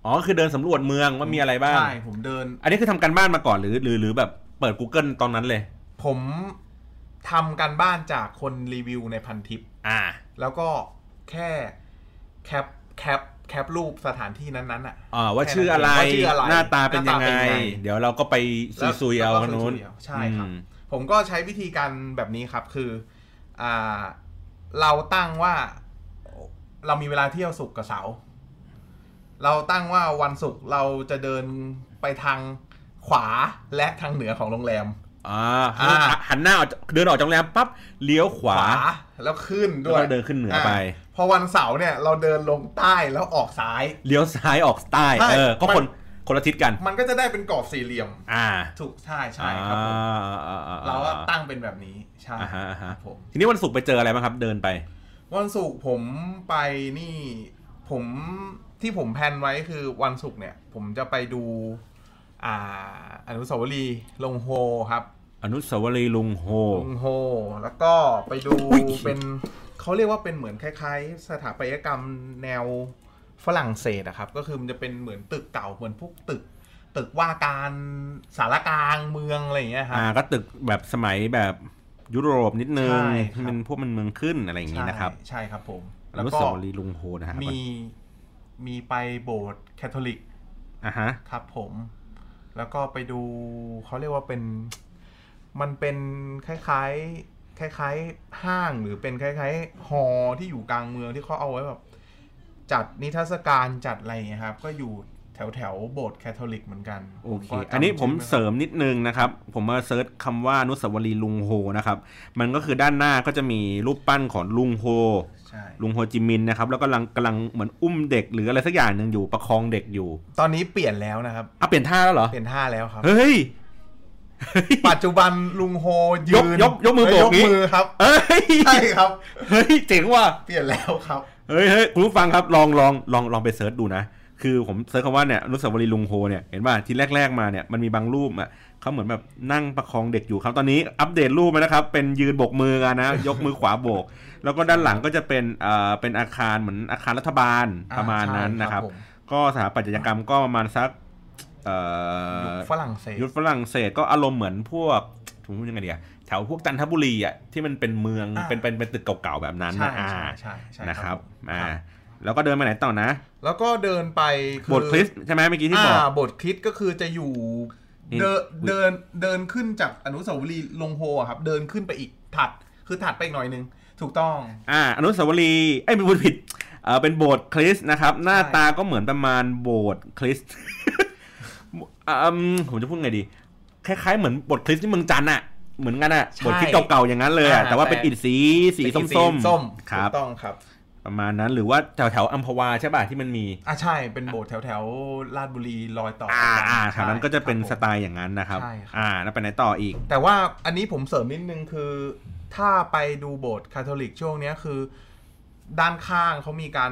A: อ๋อคือเดินสำรวจเมืองว่ามีอะไรบ้าง
B: ใช่ ผมเดิน
A: อันนี้คือทำการบ้านมาก่อนหรือหรือหรือแบบเปิด Google ตอนนั้นเลย
B: ผมทำการบ้านจากคนรีวิวในพันทิป
A: อ่า
B: แล้วก็แค่แคปแคปแคปรูปสถานที่นั้นๆอ่ะ
A: อ่าว่าชื่ออะไร
B: ว่าชื่ออะไร
A: หน้าตาเป็นยังไง
B: หต
A: เดี๋ยวเราก็ไป
B: แล้ว
A: ซุยๆเอา
B: แล้วก็
A: กันนู้น
B: ซุยๆเอาใช่ครับ
A: อืม
B: ผมก็ใช้วิธีการแบบนี้ครับ คืออ่าเราตั้งว่าเรามีเวลาเที่ยวศุกร์กับเสาร์เราตั้งว่าวันศุกร์เราจะเดินไปทางขวาและทางเหนือของโรงแรม
A: อ่า
B: อ่า
A: หันหน้าออกเดินออกจากโรงแรมปั๊บเลี้ยวขวา
B: แล้วขึ้น
A: แล้ว
B: ด้วย
A: ก็เดินขึ้นเหนือไป
B: าพอวันเสาร์เนี่ย เราเดินลงใต้แล้วออกซ้าย
A: เลี้ยวซ้ายออกใต้
B: ใช่
A: เออ ก็
B: มั
A: คน
B: น
A: คนละทิศกัน
B: มันก็จะได้เป็นกรอบสี่เหลี่ยม
A: อ่า
B: ถูกใช่ใช่ครับผม
A: อ่าอ่อ่
B: เราก็ตั้งเป็นแบบนี้ใช่
A: อ่าฮะอ่า
B: ค
A: ฮะ
B: รับผม
A: ทีนี้วันศุกร์ไปเจออะไรบ้างครับ เดินไป
B: วันศุกร์ผมไปนี่ ผมที่ผมแพลนไว้คือวันศุกร์เนี่ย ผมจะไปดู อ่า อนุสาวรีย์ลงโฮครับ
A: อนุสาวรีย์ลุงโฮ
B: ลงโฮ แล้วก็ไปดู
A: อุ๊ย
B: เป็นเขาเรียกว่าเป็นเหมือนคล้ายๆ สถาปัตยกรรมแนวฝรั่งเศสอะครับ ก็คือมันจะเป็นเหมือนตึกเก่าเหมือนพวกตึก ตึกว่าการสารกลางเมืองอะไรอย่างเงี้ยครับ
A: อ่าก็ตึกแบบสมัยแบบยุโรปนิดนึง
B: ใช่ครับ
A: ที่มันพวกมันเมืองขึ้นอะไรอย่างนี้นะครับ
B: ใช่ใช่ครับผม
A: อ
B: แล้ว
A: นุ
B: ก็
A: สาวรีย์ลุงโฮนะครับ
B: มีมีไปโบสถ์แคทอลิก
A: อ่าฮะ
B: ครับผม แล้วก็ไปดูเขาเรียกว่าเป็น มันเป็นคล้ายๆ คล้ายๆ ห้างหรือเป็นคล้ายๆฮอลล์ที่อยู่กลางเมืองที่เขาเอาไว้แบบ จัดนิทรรศการจัดอะไรอย่างเงี้ยครับ ก็อยู่แ ถวแถวๆโบสถ์แคทอลิกเหมือนกัน
A: โอเค
B: ก็จำ
A: อันนี้ผม
B: ชื่ไค่
A: เส
B: ย
A: ริมนิดนึงนะครับ ผมมาเซิร์ชคำว่าอนุสาวรีย์ลุงโฮนะครับ มันก็คือด้านหน้าก็จะมีรูปปั้นของลุงโฮ
B: ใช่
A: ลุงโฮจิมินห์นะครับ แล้วก็กำลังกำลังเหมือนอุ้มเด็กหรืออะไรสักอย่างหนึ่งอยู่ประคองเด็กอยู่
B: ตอนนี้เปลี่ยนแล้วนะครับ
A: อ่ะเปลี่ยนท่าแล้วเหรอ
B: เปลี่ยนท่าแล้วครับ
A: เฮ้ยเฮ้ย
B: ปัจจุบันลุงโฮยืน
A: ยกยกยกมือโบก
B: เย
A: งี้
B: กมือครับ
A: เอ้ย
B: ใช่ครับ
A: เฮ้ยเจ๋งว่ะ
B: เปลี่ยนแล้วครับ
A: เฮ้ยเฮ้ยคุณผู้ฟังครับลองลองลองลองไปเสิร์ชดูนะ คือผมเสิร์ชคำว่าเนี่ยอนุสาวรีย์ลุงโฮเนี่ยเห็นป่ะที่แรก ๆมาเนี่ยมันมีบางรูปอ่ะเขาเหมือนแบบนั่งประคองเด็กอยู่ครับตอนนี้อัปเดตรูปมานะครับ เป็นยืนโบกมือกันนะ ยกมือขวาโบก แล้วก็ด้านหลังก็จะเป็นเอ่อเป็นอาคารเหมือนอาคารรัฐบาล
B: อ่า
A: ประมาณนั้นนะครับ
B: ใช่ครับผม
A: ก็สถาปัตยกรรมก็ประมาณสักเอ่อ
B: ฝรั่งเศส
A: ยุทธฝรั่งเศสก็อารมณ์เหมือนพวกผมพูดยังไงดีอะแถวพวกจันทบุรีอะที่มันเป็นเมือง
B: อ่า
A: เป็นเป็นเป็นตึกเก่าๆแบบนั้น
B: ใช่
A: นะอ่า
B: ใช่ใช่ใช่
A: นะครับ
B: ผม
A: อ่า
B: ครับ
A: แล้วก็เดินไปไหนต่อนะ
B: แล้วก็เดินไปอ
A: โบทคริสต์ใช่ไหมเมื่อกี้ที่
B: อ่า
A: บอก
B: บทคริสก็คือจะอยู่
A: นี่
B: เดินเดินเดินขึ้นจากอนุสาวรีย์ลงโฮอะครับ เดินขึ้นไปอีกถัดคือถัดไปอีกหน่อยนึง ถูกต้อง
A: อ่าอนุสาวรีย์เอ้ยไม่พูดผิดเออเป็นโบสถ์คริสต์นะครับ หน้า
B: ใช่
A: ตาก็เหมือนประมาณโบสถ์คริสต์ อืมผมจะพูดไงดี คล้ายๆเหมือนโบสถ์คริสต์ที่เมืองจันทร์อะเหมือนกันอะ
B: ใช่
A: โบสถ์คริสต์เก่าๆอย่างนั้นเลยอะ
B: อ่า
A: แต่ว่าเป็น
B: แต่
A: อิฐสีสี
B: เป็น
A: ส้
B: อี
A: ม
B: กสี
A: ๆ
B: ส้ม
A: ค
B: ถู
A: รับ
B: กต้องครับ
A: ประมาณนั้นหรือว่าแถวแถวๆอัมพวาใช่ป่ะที่มันมี
B: อ่ะใช่เป็นโบสถ์แถวแถวๆลาดบุรีรอยต่อ
A: อ่าอ่าแถ
B: ใช่
A: วนั้นก็จะเป็น
B: ครับผม
A: สไตล์อย่างนั้นนะครับ
B: ใช่ครับ
A: อ่า แล้วไปไหนต่ออีก
B: แต่ว่าอันนี้ผมเสริมนิดนึงคือ ถ้าไปดูโบสถ์คาทอลิกช่วงเนี้ยคือ ด้านข้างเขามีการ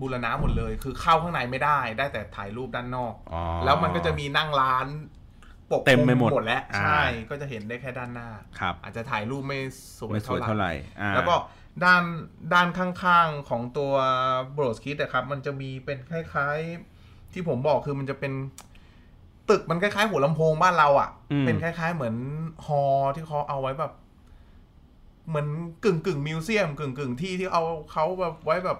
B: บูรณะหมดเลย คือเข้าข้างในไม่ได้ได้แต่ถ่ายรูปด้านนอก
A: อ๋อ
B: แล้วมันก็จะมีนั่งร้านปกคลุ
A: เต็มไปหมด
B: หมดแล้ว
A: อ่า
B: ใช่ก็จะเห็นได้แค่ด้านหน้า
A: ครับ
B: อาจจะถ่ายรูปไม่สวย
A: ไม่สวยเท่า
B: เท่าไห
A: ไห
B: ร่
A: ร่อ่า
B: แล้วก็ด้านด้านข้างๆของตัวโบรสคิดนะครับ มันจะมีเป็นคล้ายๆ ที่ผมบอกคือมันจะเป็น ตึกมันคล้ายๆหัวลำโพงบ้านเราอะ่ะ เป็นคล้ายๆ เหมือนฮอลล์ที่เขาเอาไว้แบบ เหมือนกึ่งกึ่งๆมิวเซียมกึ่งกึ่งๆที่ที่เอาเขาแบบไว้แบบ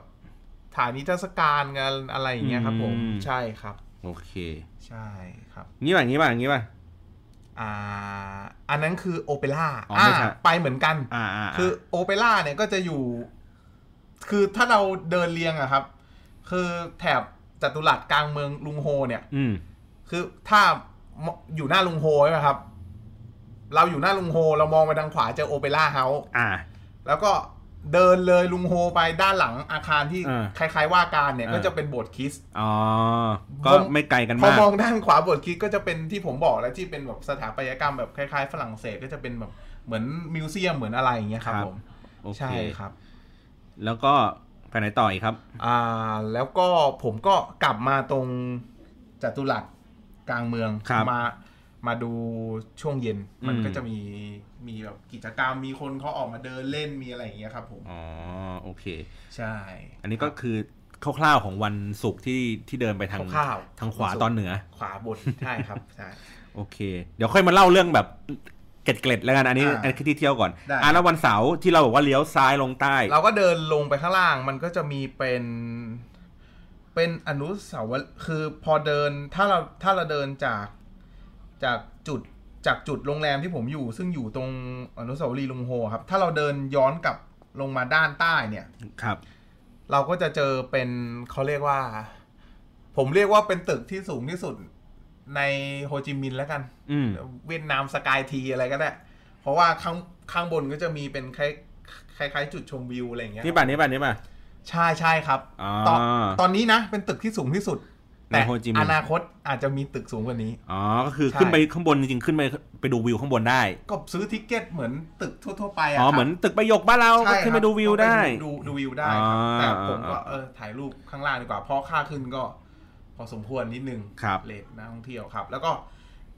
B: ฐานนิทรรศการงานอะไรอย่างเงี้ยครับ ผมใช่ครับ
A: โอเค
B: ใช่ครับ
A: งี้ป่ะงี้ป่ะงี้ป่ะ
B: อ่า อันนั้นคือโอเปร่า
A: อ๋อไม่ใช่
B: ไปเหมือนกัน
A: อ่าอ่าา
B: คือโอเปร่าเนี่ยก็จะอยู่ คือถ้าเราเดินเรียงอะครับ คือแถบจัตุรัสกลางเมืองลุงโฮเนี่ย
A: อืม
B: คือถ้าอยู่หน้าลุงโฮใช่ไหมครับ เราอยู่หน้าลุงโฮ เรามองไปทางขวาเจอโอเปร่าเฮาส์
A: อ่า
B: แล้วก็เดินเลยลุงโฮไปด้านหลังอาคารที่
A: อ่า
B: คล้าย ๆ ว่าการเนี่ย
A: อ่า
B: ก็จะเป็นโบสถ์คริสต์
A: อ๋อ ก็
B: ผม
A: ไม่ไกลกัน
B: พอ
A: มาก
B: มองด้านขวาโบสถ์คริสต์ก็จะเป็นที่ผมบอกแล้วที่เป็นแบบสถาปัตยกรรมแบบคล้ายๆ ฝรั่งเศสก็จะเป็นแบบเหมือนมิวเซียมเหมือนอะไรอย่างเงี้ยครับ
A: ครับ
B: ผม
A: โอเค
B: ใช่ครับ
A: แล้วก็ไปไหนต่ออีกครับ
B: อ่าแล้วก็ผมก็กลับมาตรงจัตุรัสกลางเมือง
A: ครับ
B: มามาดูช่วงเย็น
A: อืม
B: มันก็จะมีมีแบบกิจกรรมมีคนเขาออกมาเดินเล่นมีอะไรอย่างเงี้ยครับผม
A: อ๋อ โอเค
B: ใช่
A: อันนี้ก็คือคร่าวๆของวันศุกร์ที่ที่เดินไปทาง
B: คร่าว
A: ทางขวาตอนเหนือ
B: ขวาบนใช่ครับใช่
A: โอเค เดี๋ยวค่อยมาเล่าเรื่องแบบเกล็ดๆแล้วกันอันนี้
B: อ่า
A: อันนี้ที่เที่ยวก่อน
B: ได้
A: อ่าแล้ววันเสาร์ที่เราบอกว่าเลี้ยวซ้ายลงใต้
B: เราก็เดินลงไปข้างล่างมันก็จะมีเป็น เป็นอนุสาวรีย์คือพอเดินถ้าเราถ้าเราเดินจากจากจุดจากจุดโรงแรมที่ผมอยู่ ซึ่งอยู่ตรงอนุสาวรีย์ลุงโฮครับ ถ้าเราเดินย้อนกลับลงมาด้านใต้เนี่ย
A: ครับ
B: เราก็จะเจอเป็นเขาเรียกว่า ผมเรียกว่าเป็นตึกที่สูงที่สุดในโฮจิมินห์แล้วกัน
A: อืม
B: เวียดนามสกายทีอะไรก็ได้ เพราะว่าข้างข้างบนก็จะมีเป็นคล้ายคล้ายๆจุดชมวิวอะไรอย่างเงี้ย
A: นี่ป่ะนี่ป่ะนี่ป่ะ
B: ใช่ใช่ครับ
A: อ่า
B: ตอนตอนนี้นะ เป็นตึกที่สูงที่สุด
A: ใน
B: แต่
A: โฮจิมินห์
B: อนาคตอาจจะมีตึกสูงกว่านี้
A: อ๋อ ก็คือ
B: ใช่
A: ขึ้นไปข้างบนจริงๆ ขึ้นไปไปดูวิวข้างบนได้
B: ก็ซื้อทิเกตเหมือนตึกทั่ว ๆ ไปอะ
A: อ๋อ
B: ครับ
A: เหมือนตึกประโยคบ้านเรา
B: ใช่
A: ก็
B: ครับ
A: ขึ้นไปดูวิวได้
B: ดูดูวิวได้ครับ
A: อ่า
B: แต่ผมก็เออถ่ายรูปข้างล่างดีกว่า เพราะค่าขึ้นก็ พอสมควรนิดนึง
A: ครับ
B: เลทนักท่องเที่ยวครับ แล้วก็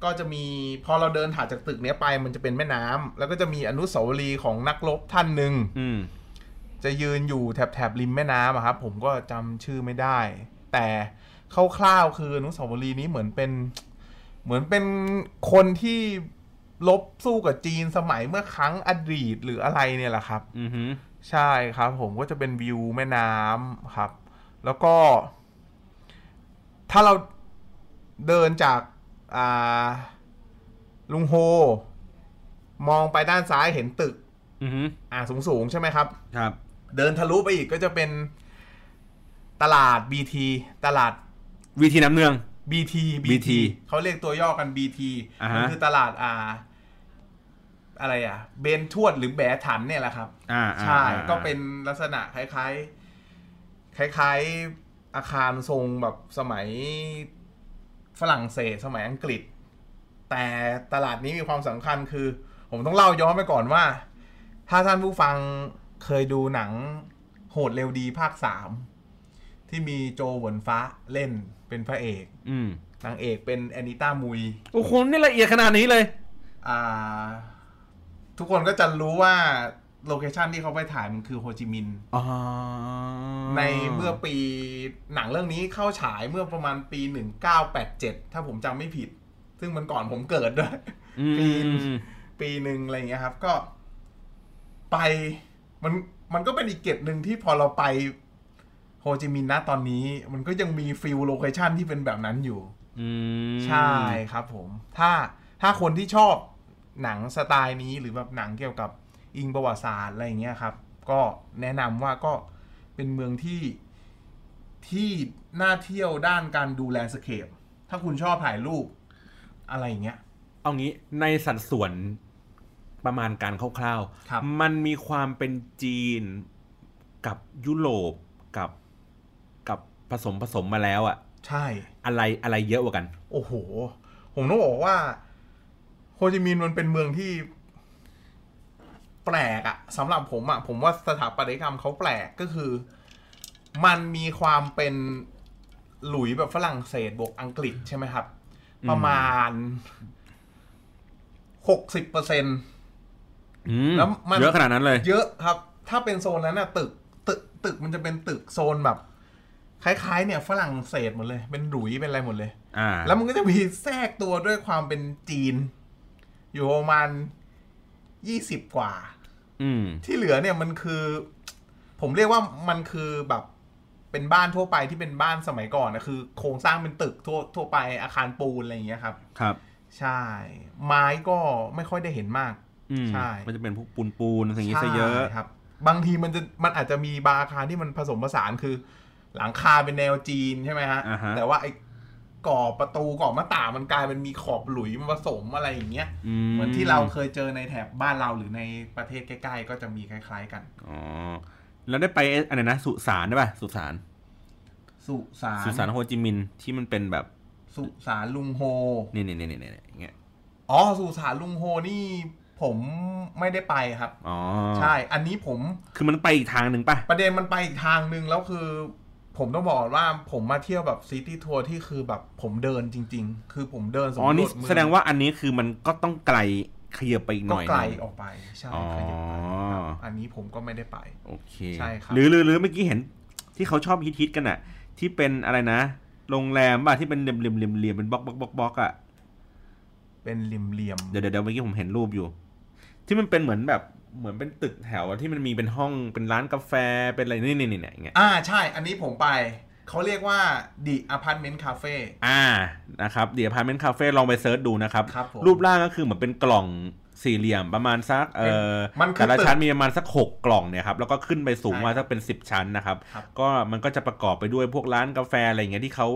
B: ก็จะมีพอเราเดินถ่ายจากตึกเนี้ยไปมันจะเป็นแม่น้ำแล้วก็จะมีอนุสาวรีย์ของนักรบท่านหนึ่ง
A: อืม
B: จะยืนอยู่แถบแถบริมแม่น้ำอะครับ ผมก็จำชื่อไม่ได้ แต่คร่าวๆคืออนุสาวรีย์นี้เหมือนเป็น เหมือนเป็นคนที่ลบสู้กับจีนสมัยเมื่อครั้งอดีตหรืออะไรเนี่ยแหละครับ
A: อือหือ
B: ใช่ครับ ผมก็จะเป็นวิวแม่น้ำครับ แล้วก็ ถ้าเราเดินจากอ่าลุงโฮ มองไปด้านซ้ายเห็นตึก
A: อือหือ
B: อ่าสูงๆใช่ไหมครับ
A: ครับ
B: เดินทะลุไปอีกก็จะเป็นตลาด BT ตลาด
A: วิธีน้ำเนือง
B: BT
A: BT
B: เขาเรียกตัวย่อกัน BT
A: อ่าฮะ
B: มัคือตลาดอ่าอะไรอ่ะ เบนทวดหรือแบถันเนี่ยแหละครับ
A: อ่าอ่า
B: ใช่
A: อ่า
B: ก็เป็นลักษณะคล้าย ๆ คล้าย ๆ อาคารทรงแบบสมัยฝรั่งเศสสมัยอังกฤษ แต่ตลาดนี้มีความสำคัญคือ ผมต้องเล่าย้อนไปก่อนว่า ถ้าท่านผู้ฟังเคยดูหนังโหดเร็วดีภาคสามที่มีโจหวนฟ้าเล่นเป็นพระเอก
A: อืม
B: นางเอกเป็นแอนิต้ามุย
A: โอ้โหนี่ละเอียดขนาดนี้เลย
B: อ่า ทุกคนก็จะรู้ว่าโลเคชันที่เขาไปถ่ายมันคือโฮจิมินห์
A: อ๋อ
B: ในเมื่อปีหนังเรื่องนี้เข้าฉายเมื่อประมาณปี 1987 ถ้าผมจำไม่ผิด ซึ่งมันก่อนผมเกิดด้วย
A: อืม
B: ปีน ปีหนึ่งอะไรอย่างเงี้ยครับ ก็ไปมันมันก็เป็นอีกเกตหนึ่งที่พอเราไปโฮจิมินห์นะตอนนี้ มันก็ยังมีฟิลโลเคชันที่เป็นแบบนั้นอยู่
A: อืม
B: ใช่ครับผม ถ้าถ้าคนที่ชอบหนังสไตล์นี้หรือแบบหนังเกี่ยวกับอิงประวัติศาสตร์อะไรอย่างเงี้ยครับ ก็แนะนำว่าก็เป็นเมืองที่ที่น่าเที่ยวด้านการดูแลสเคป ถ้าคุณชอบถ่ายรูปอะไรอย่างเงี้ย
A: เอางี้ในสัดส่วนประมาณการคร่าว
B: ครับ
A: มันมีความเป็นจีนกับยุโรปกับกับผสมผสมมาแล้วอะ
B: ใช่
A: อะไรอะไรเยอะกว่ากัน
B: โอ้โห ผมต้องบอกว่าโฮจิมินห์มันเป็นเมืองที่แปลกอะสำหรับผมอะผมว่าสถาปัตยกรรมเขาแปลกก็คือ มันมีความเป็นหลุยแบบฝรั่งเศสบวกอังกฤษใช่ไหมครับ ประมาณหกสิบเปอร์เซ็น
A: อืม
B: แล้วมัน
A: เยอะขนาดนั้นเลย
B: เยอะครับ ถ้าเป็นโซนนั้นอะตึก ตึก ตึกมันจะเป็นตึกโซนแบบ คล้ายๆ เนี่ยฝรั่งเศสหมดเลย เป็นหลุยเป็นอะไรหมดเลย
A: อ่า
B: แล้วมันก็จะมีแทรกตัวด้วยความเป็นจีน อยู่ประมาณยี่สิบกว่า
A: อืม
B: ที่เหลือเนี่ยมันคือ ผมเรียกว่ามันคือแบบเป็นบ้านทั่วไปที่เป็นบ้านสมัยก่อนนะคือ โครงสร้างเป็นตึกทั่วทั่วไปอาคารปูนอะไรอย่างเงี้ยครับ
A: ครับ
B: ใช่ ไม้ก็ไม่ค่อยได้เห็นมาก
A: อืม
B: ใช่
A: มันจะเป็นพวกปูนปูนสิ่างนี้ซะเยอะ
B: ใช่ครับ บางทีมันจะมันอาจจะมีบางอาคารที่มันผสมผสานคือ หลังคาเป็นแนวจีนใช่ไหมฮะ
A: อ่าฮะ
B: แต่ว่าไอ้กรอบประตูกรอบหน้าต่างมันกลายเป็นมีขอบหลุยมาผสมอะไรอย่างเงี้ย เหมือนที่เราเคยเจอในแถบบ้านเราหรือในประเทศใกล้ ๆ ก็จะมีคล้าย ๆ กัน
A: อ๋อแล้วได้ไปเอ๊ะอะไรนะสุสานได้ป่ะสุสาน
B: สุสาน
A: สุสานโฮจิมินห์ที่มันเป็นแบบ
B: สุสานลุงโฮ
A: นี่นี่นี่นี่นี่อย่างเงี้ย
B: อ๋อ สุสานลุงโฮนี่ผมไม่ได้ไปครับ
A: อ๋อ
B: ใช่ อันนี้ผม
A: คือมันไปอีกทางหนึ่งป่ะ
B: ประเด็นมันไปอีกทางหนึ่งแล้วคือ ผมต้องบอกว่าผมมาเที่ยวแบบซิตี้ทัวร์ที่คือแบบผมเดินจริง ๆ คือผมเดินสำร
A: อ๋
B: ว
A: อ
B: จ
A: นี่
B: เมือ
A: แสดงว่าอันนี้คือมันก็ต้องไกลขยับไปอีกห
B: ก็
A: น่อย
B: ไกล
A: หนึ่ง
B: ออกไปใช่
A: อ๋อ
B: ขยับไปครับอันนี้ผมก็ไม่ได้ไป
A: โอเค
B: ใช่ครับ
A: หรือหรือหรือเมื่อกี้เห็นที่เขาชอบฮิตฮิตๆกันอะที่เป็นอะไรนะ โรงแรมป่ะที่เป็นเหลี่ยมเหลี่ยมเหลี่ยมเหลี่ยมเป็นบล็อกบล็อกบล็อกบล็อกอะ
B: เป็นเหลี่ยม
A: เดี๋ยวเดี๋ยวเดี๋ยวเมื่อกี้ผมเห็นรูปอยู่ ที่มันเป็นเหมือนแบบเหมือนเป็นตึกแถวอะที่มันมีเป็นห้องเป็นร้านกาแฟเป็นอะไรนี่นี่นี่เนี่ยอย่างเงี้ย
B: ๆอ่าใช่ อันนี้ผมไปเขาเรียกว่าดิอาพาร์ตเมนต์คาเฟ่
A: อ่านะครับเดี๋ยวพาเมนคาเฟ่ลองไปเซิร์ชดูนะครับ
B: ครับผม
A: รูปร่างก็คือเหมือนเป็นกล่องสี่เหลี่ยมประมาณสักเออ
B: มันคือ
A: แต่ละ
B: ตึก
A: ชั้นมีประมาณสักหกกล่องเนี่ยครับแล้วก็ขึ้นไปสูง
B: ใช่
A: มาสักเป็นสิบชั้นนะครับ
B: ครับ
A: ก็มันก็จะประกอบไปด้วยพวกร้านกาแฟอะไรอย่างเงี้ยที่เขา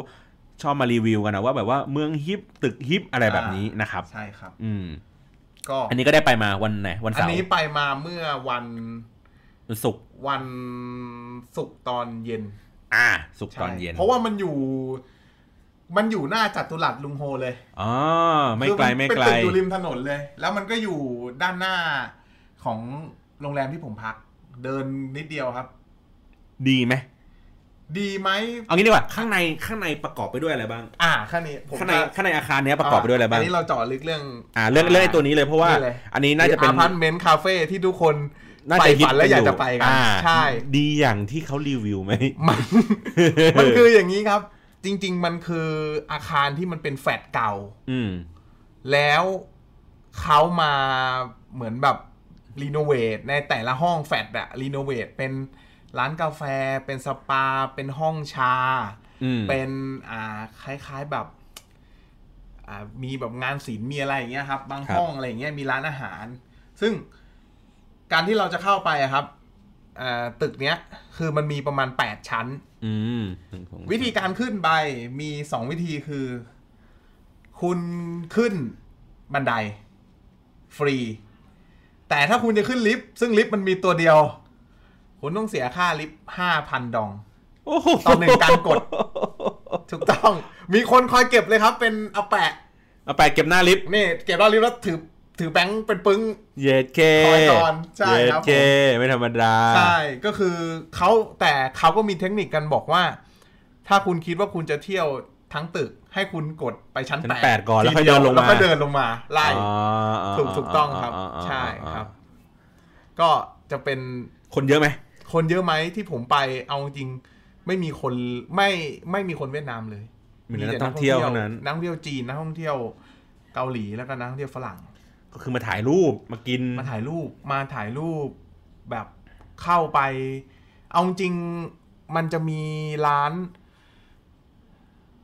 A: ชอบมารีวิวกันนะว่าแบบว่าเมืองฮิปตึกฮิปอะไรแบบนี้นะครับ
B: ใช่ครับ
A: อืม
B: ก็
A: อันนี้ก็ได้ไปมาวันไหนวัน
B: อัน
A: เสาร์
B: นี้ไปมาเมื่อวัน
A: วันศุกร์
B: วันศุกร์ตอนเย็น
A: อ่าสุก
B: ใช่
A: ตอนเย็น
B: เพราะว่ามันอยู่ มันอยู่หน้าจัตุรัสลุงโฮเลย
A: อ๋อไม่ไกล
B: คือ
A: ไม่
B: เป็น
A: ไกล
B: ตึกอยู่ริมถนนเลย แล้วมันก็อยู่ด้านหน้าของโรงแรมที่ผมพัก เดินนิดเดียวครับ
A: ดีไหม
B: ดีไหม
A: เอางี้ดีกว่าข้างในข้างในประกอบไปด้วยอะไรบ้าง
B: อ่าข้างนี้ผม
A: ข้างในข้างในอาคารเนี้ยประกอบไปด้วยอะไรบ้าง
B: นนี้เราเจาะลึกเรื่อง
A: อ่าเรื่องเรื่องไอ้ตัวนี้เลยเพราะว่า
B: นี่เลย
A: อันนี้น่าจะเป็น
B: อพาร์ตเมนต์คาเฟ่ที่ทุกคน
A: น่า
B: ใฝ่
A: จะฮิต
B: ฝันและอยากจะไปกัน
A: อ่า
B: ใช่
A: ดีอย่างที่เขารีวิวไหม
B: มัน มันคืออย่างนี้ครับ จริง ๆ มันคืออาคารที่มันเป็นแฟลตเก่า
A: อืม
B: แล้วเขามาเหมือนแบบรีโนเวทในแต่ละห้องแฟลตอะรีโนเวทเป็นร้านกาแฟ เป็นสปา เป็นห้องชา
A: อืม
B: เป็นอ่าคล้ายๆแบบอ่ามีแบบงานศิลป์มีอะไรอย่างเงี้ยครับบางห้องอะไรอย่างเงี้ยมีร้านอาหาร ซึ่งการที่เราจะเข้าไปอะครับ อ่าตึกเนี้ย คือมันมีประมาณ 8 ชั้น
A: อืมหนึ่งสอง
B: วิธีการขึ้นไปมี 2 วิธีคือ คุณขึ้นบันได ฟรี แต่ถ้าคุณจะขึ้นลิฟต์ซึ่งลิฟต์มันมีตัวเดียว คุณต้องเสียค่าลิฟต์5,000 ดอง
A: โโ
B: ต่อหนึ่งการกด ถูกต้อง มีคนคอยเก็บเลยครับ เป็นอาแปะ
A: เอาไปเก็บหน้าลิฟต์
B: นี่เก็บรอบลิฟต์แล้วถือถือแบงค์เป็นปึ้ง
A: เย็ดเค
B: คอยตอนใช่
A: เย็ด
B: ครับผม
A: เคไม่ธรรมดา
B: ใช่ ก็คือเขาแต่เขาก็มีเทคนิคกันบอกว่า ถ้าคุณคิดว่าคุณจะเที่ยวทั้งตึก ให้คุณกดไปชั้น
A: ชั้น
B: แป
A: แปด
B: ด
A: ก่อนแล้วค่อย
B: ที
A: เดินลงมา
B: แล้วก็เดินลงมา ไล่
A: อ๋อ
B: ถูกถูกต้องครับ
A: อ่าอ่าอ่า
B: ใช่ครับ ก็จะเป็น
A: คนเยอะไหม
B: คนเยอะไหมที่ผมไปเอาจริงไม่มีคนไม่ไม่มีคนเวียดนามเลย
A: มีแต่นักท่องเที่ยวเท่านั้น
B: นักท่องเที่ยวจีนนักท่องเที่ยวเกาหลีแล้วก็นักท่องเที่ยวฝรั่ง
A: ก็คือมาถ่ายรูปมากิน
B: มาถ่ายรูปมาถ่ายรูปแบบเข้าไป เอาจริงๆมันจะมีร้าน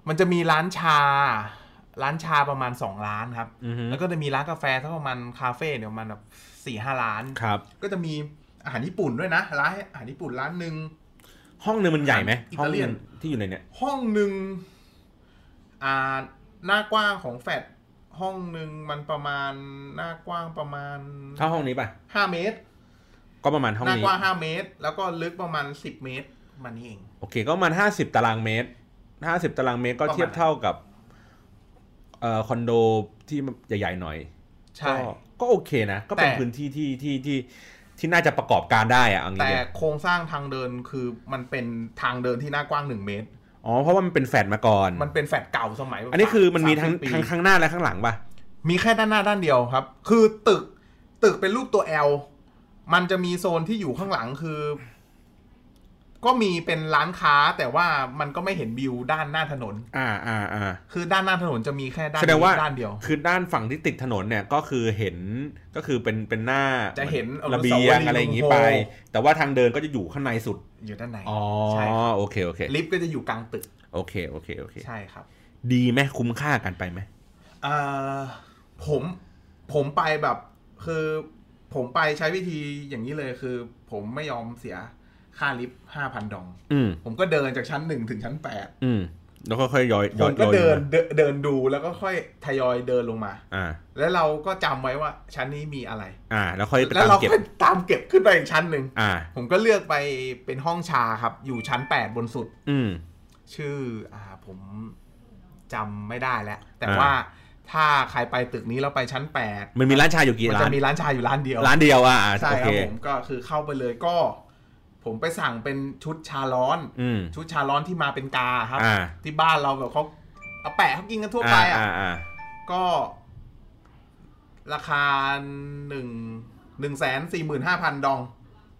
B: มันจะมีร้านชา ร้านชาประมาณสองร้านครับ
A: อือฮึ
B: แล้วก็จะมีร้านกาแฟสักประมาณคาเฟ่เนี่ยประมันแบบสี่ห้าร้าน
A: ครับ
B: ก็จะมีอาหารญี่ปุ่นด้วยนะร้านอาหารญี่ปุ่นร้านหนึ่ง
A: ห้องหนึงมันใหญ่ไหม
B: อิ
A: ห้อง
B: ตาเลี
A: หนึ
B: ยน
A: งที่อยู่ในเนี่ย
B: ห้องหนึ่งอ่าหน้ากว้างของแฟดห้องหนึ่งมันประมาณหน้ากว้างประมาณ
A: เท่าห้องนี้ป่ะ
B: ห้าเมตร
A: ก็ประมาณห้อง
B: หน้า
A: นี้
B: กว้างห้าเมตร แล้วก็ลึกประมาณสิบเมตรมันนี่เอง
A: โอเค ก็ประมาณห้าสิบตารางเมตรห้าสิบตารางเมตรก็
B: ประมาณ
A: เทียบเท่ากับเอ่อคอนโดที่ใหญ่ๆหน่อยก็
B: ใช่
A: ก็โอเคนะ ก็เป็น
B: แต่
A: พื้นที่ที่ที่ที่ที่น่าจะประกอบการได้อะเอัง
B: แต่
A: เงี้ย
B: โครงสร้างทางเดินคือมันเป็นทางเดินที่หน้ากว้างหนึ่งเมตร
A: อ๋อ เพราะว่ามันเป็นแฟลตมาก่อน
B: มันเป็นแฟลตเก่าสมัยแบบ
A: อันนี้คือมันมีทั้ง
B: 30ปี
A: ทั้งข้างหน้าและข้างหลังป่ะ
B: มีแค่ด้านหน้าด้านเดียวครับ คือตึกตึกเป็นรูปตัว L มันจะมีโซนที่อยู่ข้างหลังคือ ก็มีเป็นร้านค้าแต่ว่ามันก็ไม่เห็นวิวด้านหน้าถนน
A: อ่าอ่าอ่า
B: คือด้านหน้าถนนจะมีแค่ด้าน
A: แสดงว่า
B: นี้ด้านเดียว
A: คือด้านฝั่งที่ติดถนนเนี่ยก็คือเห็นก็คือเป็นเป็นหน้า
B: จะเห็น
A: ระเบียงอะไรอย่างงี้ไป
B: อนุสาวรีย์ลุง
A: แต่ว่าทางเดินก็จะอยู่ข้างในสุด
B: อยู่ด้านใน
A: อ๋อ
B: ใช่ครับ
A: โอเค โอเค
B: ลิฟต์ก็จะอยู่กลางตึก
A: โอเค โอเค โอเค
B: ใช่ครับ
A: ดีไหมคุ้มค่ากันไปไหม
B: อ่าผมผมไปแบบคือผมไปใช้วิธีอย่างนี้เลยคือ ผมไม่ยอมเสียค่าลิฟต์ห้าพันดอง
A: อืม
B: ผมก็เดินจากชั้นหนึ่งถึงชั้นแปด
A: อืม แล้วค่อยๆย้อย
B: ผ
A: ย้อย
B: มก็
A: ย้อย
B: เดิ
A: ล
B: น
A: งมา
B: เดินเดินดูแล้วก็ค่อยทยอยเดินลงมา
A: อ่า
B: แล้วเราก็จำไว้ว่าชั้นนี้มีอะไร
A: อ่า แล้วค่อยไป
B: แล้ว
A: ตาม
B: เรา
A: เก็บ
B: ก็ตามเก็บขึ้นไปอีกชั้นหนึ่ง
A: อ่า
B: ผมก็เลือกไปเป็นห้องชาครับ อยู่ชั้นแปดบนสุด
A: อืม
B: ชื่ออ่าผมจำไม่ได้แล้ว แต่
A: อ่า
B: ว่าถ้าใครไปตึกนี้แล้วไปชั้นแปด
A: มันมีร้านชาอยู่กี่
B: มัน
A: ร้า
B: จะ
A: น
B: มีร้านชาอยู่ร้านเดียว
A: ร้านเดียวอ่ะอ่า
B: ใช่
A: โอ
B: ค
A: เค
B: รับผมก็คือเข้าไปเลยก็ ผมไปสั่งเป็นชุดชาร้อน
A: อืม
B: ชุดชาร้อนที่มาเป็นกาครับ
A: อ่า
B: ที่บ้านเราแบบเขาเอาแปะเขากินกันทั่วไปอ่ะ
A: อ่าอ่า
B: ก็ ราคาหนึ่งหนึ่งแสนสี่หมื่นห้าพันดอง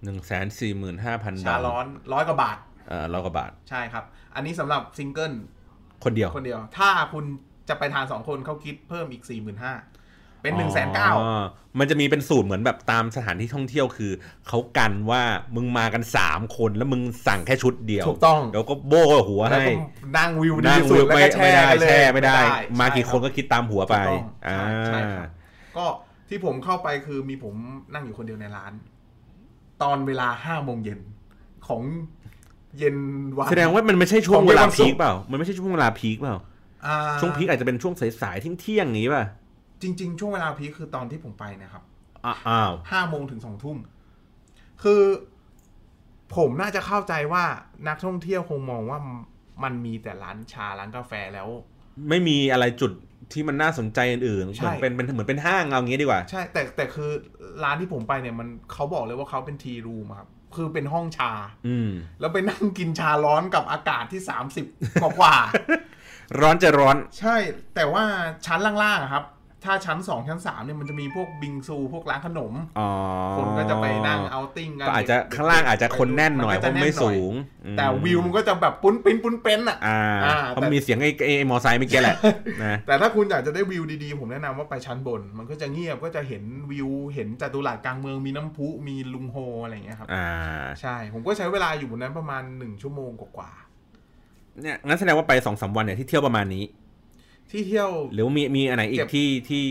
A: หนึ่งแสนสี่หมื่นห้าพันด
B: ชาร้อนร้อยกว่าบาท
A: เอ่อร้อยกว่าบาท
B: ใช่ครับ อันนี้สำหรับซิงเกิล
A: คนเดียว
B: คนเดียว ถ้าคุณจะไปทานสองคนเขาคิดเพิ่มอีกสี่หมื่นห้าเป็นหนึ่งแสนเก้า
A: อ๋อมันจะมีเป็นสูตรเหมือนแบบตามสถานที่ท่องเที่ยวคือ เขากันว่ามึงมากันสามคนแล้วมึงสั่งแค่ชุดเดียว
B: ถูกต้อง
A: แล้วก็โบกหัว
B: แล้ว
A: ให้
B: ก็นั่งวิวดี
A: นั่ง
B: ที่สุดแล้ว
A: ไม่
B: ก็
A: ไม่
B: แช่
A: ได้
B: กันเลย
A: แช่ไม่ได้ มา
B: ใช่
A: กี่คน
B: รับ
A: ก็คิดตามหัวไป
B: ถูกต้อง
A: อ่า
B: ใช่ครับ ก็ที่ผมเข้าไปคือมีผมนั่งอยู่คนเดียวในร้าน ตอนเวลาห้าโมงเย็นของเย็นวัน
A: แสดงว่ามันไม่ใช่ช่วง
B: ของ
A: เว
B: เป็น
A: ลา
B: วันศุ
A: พี
B: ก
A: ค
B: ร์
A: เปล่า มันไม่ใช่ช่วงเวลาพีคเปล่า
B: อ่า
A: ช่วงพีคอาจจะเป็นช่วงสายๆเที่ยงเที่ยงๆอย่างนี้ป่ะ
B: จริง ๆ ช่วงเวลาพีคคือตอนที่ผมไปนะครับ
A: อ่ะอ้าว
B: ห้าโมงถึงสองทุ่มคือผมน่าจะเข้าใจว่านักท่องเที่ยวคงมองว่ามันมีแต่ร้านชาร้านกาแฟแล้ว
A: ไม่มีอะไรจุดที่มันน่าสนใจอื่นๆ
B: ใช่
A: เหมือนเป็นเป็นเหมือนเป็นห้างเอางี้ดีกว่า
B: ใช่ แต่แต่คือร้านที่ผมไปเนี่ยมันเขาบอกเลยว่าเขาเป็นทีรูมครับคือเป็นห้องชา
A: อืม
B: แล้วไปนั่งกินชาร้อนกับอากาศที่ 30 กว่ากว่า
A: ร้อนจะร้อน
B: ๆ ใช่ แต่ว่าชั้นล่างๆอะครับ ถ้าชั้น 2 ชั้น 3 เนี่ยมันจะมีพวกบิงซู พวกร้านขนม
A: อ๋อ
B: คนก็จะไปนั่งเอาท์ติ้งกัน
A: ก็อาจจะข้างล่างอาจจะคนแน่นหน่อยเพราะไม่สูงอืม
B: แต่วิวมันก็จะแบบปุ้นปิ้นปุ้นเป้นอ่ะ
A: อ่า
B: อ่า
A: เพราะ
B: แต่
A: มีเสียงไอ้ไอ้ไอ้มอไซค์เมื่อกี้แห ละนะ
B: แต่ถ้าคุณอยากจะได้วิวดีๆ ผมแนะนำว่าไปชั้นบน มันก็จะเงียบก็จะเห็นวิว เห็นจัตุรัสกลางเมืองมีน้ำพุมีลุงโฮอะไรอย่างเงี้ยครับ
A: อ่า
B: ใช่ ผมก็ใช้เวลาอยู่บนนั้นประมาณ 1 ชั่วโมงกว่า
A: เนี่ยงั้นแสดงว่าไปสองสามวันเนี่ยที่เที่ยวประมาณนี้
B: ๆที่เที่ยว
A: หรือว่ามีมีอันไหนอี
B: เก็
A: ก
B: บ
A: ที่ที่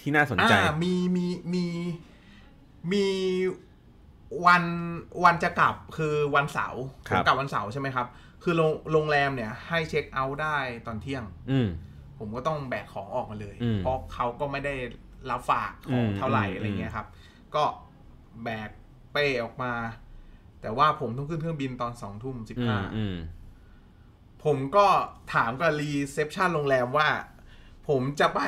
A: ที่น่าสนใจ
B: อ่ามีมีมีมี วันวันจะกลับคือวันเสาร์
A: ค
B: ผ
A: รับ
B: มกลับวันเสาร์ใช่ไหมครับ คือโรงโรงแรมเนี่ยให้เช็คเอาท์ได้ตอนเที่ยง
A: อืม
B: ผมก็ต้องแบกของออกมาเลย
A: อืม
B: เพราะเขาก็ไม่ได้รับฝากของ
A: อืม
B: เท่าไหร่
A: อืม
B: อะไรเงี้ยครับ ก็แบกเป้ออกมา แต่ว่าผมต้องขึ้นเครื่องบินตอนสองทุ่มสิบ
A: อื
B: ห้าม
A: อืม
B: ผมก็ถามกับรีเซพชันโรงแรมว่า ผมจะไป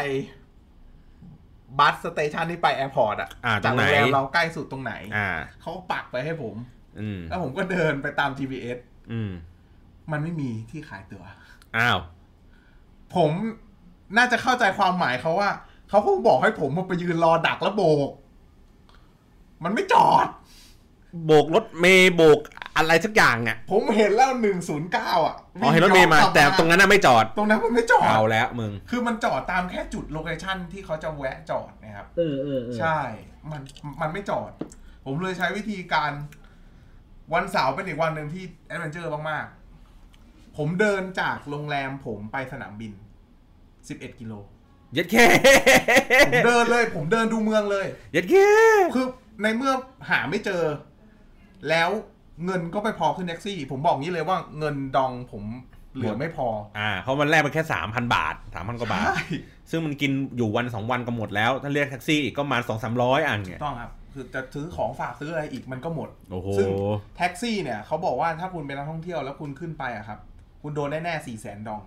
B: บัสสเตชันที่ไปแอร์พอร์ตอะ
A: อ่าตร
B: จาก
A: งไห
B: โร
A: น
B: งแรมเราใกล้สุดตรงไหน
A: อ่า
B: เขาปักไปให้ผม
A: อืม
B: แล้วผมก็เดินไปตาม GPS
A: อืม
B: มันไม่มีที่ขายตั๋ว
A: อ้าว
B: ผมน่าจะเข้าใจความหมายเขาว่า เขาคงบอกให้ผมมาไปยืนรอดักแล้วโบก มันไม่จอด
A: โบกรถเมย์โบกอะไรสักอย่างอ่ะ
B: ผมเห็นแล้วหนึ่งศูนย์เก้าอ่ะ
A: อ๋อเห็นรถเมย์มา
B: วิ่ย้อกลับ
A: แต่ตรงนั้นน่ะไม่จอด
B: ตรงนั้นมันไม่จอด
A: เอาแล้วมึง
B: คือมันจอดตามแค่จุดโลเคชั่นที่เขาจะแวะจอดนะครับ
C: เออเออเออ
B: ใช่ มันมันไม่จอด ผมเลยใช้วิธีการวันเสาร์เป็นอีกวันหนึ่งที่แอดเวนเจอร์มากๆ ผมเดินจากโรงแรมผมไปสนามบิน 11 กิโล
A: ยัดแค่
B: ผมเดินเลย ผมเดินดูเมืองเลย
A: ยัดแค่
B: คือในเมื่อหาไม่เจอ แล้วเงินก็ไม่พอขึ้นแท็กซี่ ผมบอกงี้เลยว่าเงินดองผมเหลือไม่พอ
A: อ่าเพราะมันแรกมันแค่สามพันบาทสามพันกว่าบาท
B: ใช่
A: ซึ่งมันกินอยู่วันสองวันก็หมดแล้ว ถ้าเรียกแท็กซี่อีกก็ประมาณสองสามร้อยอันเนี่ย
B: ต้องครับ คือจะซื้อของฝากซื้ออะไรอีกมันก็หมด
A: โอ้โห
B: ซึ่ง แท็กซี่เนี่ยเขาบอกว่าถ้าคุณเป็นนักท่องเที่ยวแล้วคุณขึ้นไปอะครับ คุณโดนแน่ๆสี่แสนดอง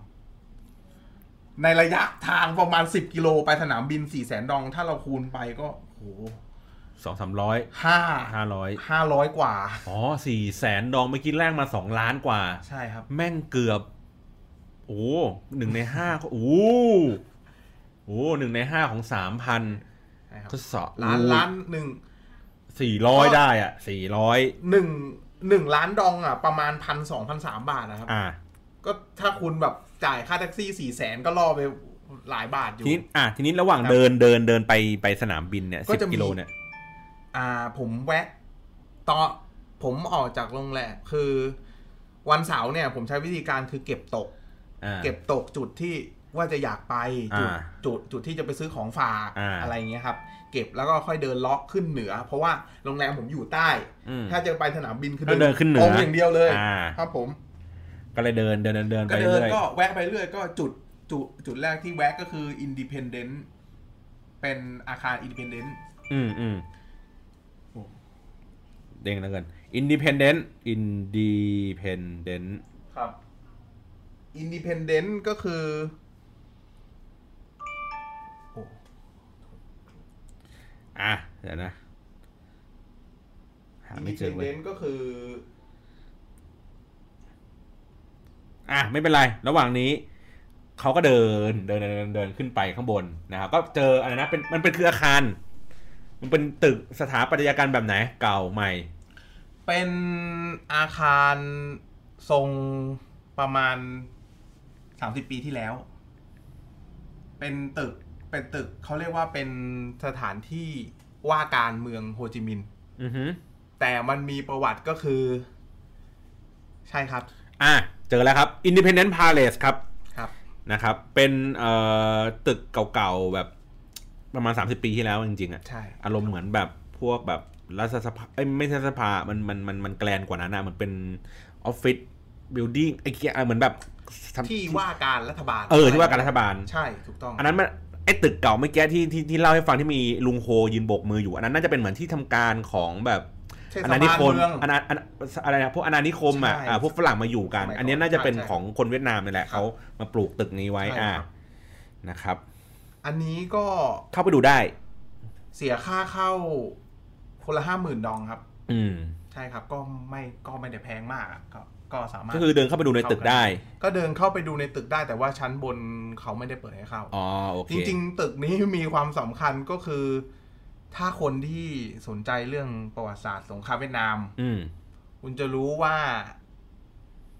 B: ในระยะทางประมาณสิบกิโลไปสนามบินสี่แสนดอง ถ้าเราคูณไปก็โอ้โห
A: สองสามร้อย
B: ห้า
A: ห้าร้อย
B: ห้าร้อยกว่า
A: อ๋อสี่แสนดองเมื่อกี้แรกมาสองล้านกว่า
B: ใช่ครับ
A: แม่งเกือบ โอ้หนึ่งในห้าก็โอ้โหหนึ่งในห้าของสามพัน
B: ใช่ครับ
A: ก็สอ
B: ล้านล้านหนึ่ง
A: สี่ร้อย
B: ก็
A: ได้อ่ะสี่ร้อย
B: หนึ่งหนึ่งล้านดองอ่ะ ประมาณพันสองพันสามบาทนะครับ
A: อ่า
B: ก็ถ้าคุณแบบจ่ายค่าแท็กซี่สี่แสนก็ล่อไปหลายบาทอยู่
A: ทีนี้อ่ะทีนี้ระหว่าง
B: ครับ
A: เดินเดินเดินไปไปสนามบินเนี่ย
B: ก็
A: สิบ
B: จะมี
A: กิโลเนี่ย
B: อ่าผมแวะตอนผมออกจากโรงแรมคือ วันเสาร์เนี่ย ผมใช้วิธีการคือเก็บตก
A: อ่า
B: เก็บตกจุดที่ว่าจะอยากไปจุด
A: อ่า
B: จุดจุดที่จะไปซื้อของฝาก
A: อ่า
B: อะไรเงี้ยครับ เก็บแล้วก็ค่อยเดินเลาะขึ้นเหนือ เพราะว่าโรงแรมผมอยู่ใต้
A: อืม
B: ถ้าจะไปสนามบินคือ
A: ก็เดินขึ้นเหนือ
B: ตรงอย่างเดียวเลย
A: อ่า
B: ครับผม
A: ก็เลยเดินเดินเดินเดิน
B: ก็
A: ไป
B: เดิน
A: เรื่อย
B: ก็แวะไปเรื่อยก็จุดจุดจุดแรกที่แวะก็คืออินดิเพนเดนต์เป็นอาคารอินดิเพนเดนต์
A: อืมอืม
B: โอ้
A: เด้งแล้วกัน independent independent
B: ครับอินดิเพนเดนต์ก็คือโอ้
A: อ่ะเดี๋ยวนะ หา
B: อิน
A: ไม่
B: ดิ
A: เจ
B: เพ
A: อน เว้
B: เด
A: ย
B: นต์ก็คือ
A: อ่ะไม่เป็นไร ระหว่างนี้ เขาก็เดินเดินเดินเดินเดินขึ้นไปข้างบนนะครับ ก็เจออะไรนะเป็นมันเป็นคืออาคาร มันเป็นตึกสถาปัตยกรรมแบบไหน เก่าใหม่
B: เป็นอาคารทรงประมาณสามสิบปีที่แล้ว เป็นตึกเป็นตึกเขาเรียกว่าเป็นสถานที่ว่าการเมืองโฮจิมินห์
A: อือฮึ
B: แต่มันมีประวัติก็คือ ใช่ครับ
A: อ่ะเจอแล้วครับ Independent Palace ครับ
B: ครับ
A: นะครับ เป็นเอ่อตึกเก่าๆแบบประมาณ 30 ปีที่แล้วจริงๆอะ
B: ใช่
A: อารมณ์เหมือนแบบพวกแบบรัฐสภาเอ้ยไม่ใช่สภามันมันมันมันแกลนกว่านั้นอะเหมือนเป็นออฟฟิศบิลดิ้งไอ้เกียเหมือนแบบ
B: ที่ว่าการรัฐบาล
A: เออที่ว่าการรัฐบาล
B: ใช่ถูกต้อง
A: อันนั้นมันไอ้ตึกเก่าเมื่อกี้ที่ที่ที่เล่าให้ฟังที่มีลุงโฮยืนโบกมืออยู่ อันนั้นน่าจะเป็นเหมือนที่ทำการของแบบ
B: เทศ
A: อา
B: บา
A: ณา
B: ล
A: นิคม
B: เมือง
A: อาณาอาณาอะไรนะพวกอาณานิคมอ่ะ
B: ใช่
A: อ่าพวกฝรั่งมาอยู่กัน
B: สมัยก่อน
A: อันเนี้ยน่าจะเป็น
B: ใช่
A: ของคนเวียดนามนี่แหละ
B: ครับ
A: เขามาปลูกตึกนี้ไว้
B: ใช่
A: อ่า
B: ครับ
A: นะครับ
B: อันนี้ก็
A: เข้าไปดูได้
B: เสียค่าเข้าคนละห้าหมื่นดองครับ
A: อืม
B: ใช่ครับก็ไม่ก็ไม่ได้แพงมากอะก็ก็สามารถ
A: ก็คือเดินเข้าไปดูในตึกได้
B: ก็เดินเข้าไปดูในตึกได้ แต่ว่าชั้นบนเขาไม่ได้เปิดให้เข้า
A: อ๋อโอเค
B: จริงๆ ตึกนี้มีความสำคัญก็คือ ถ้าคนที่สนใจเรื่องประวัติศาสตร์สงครามเวียดนาม
A: อืม
B: คุณจะรู้ว่า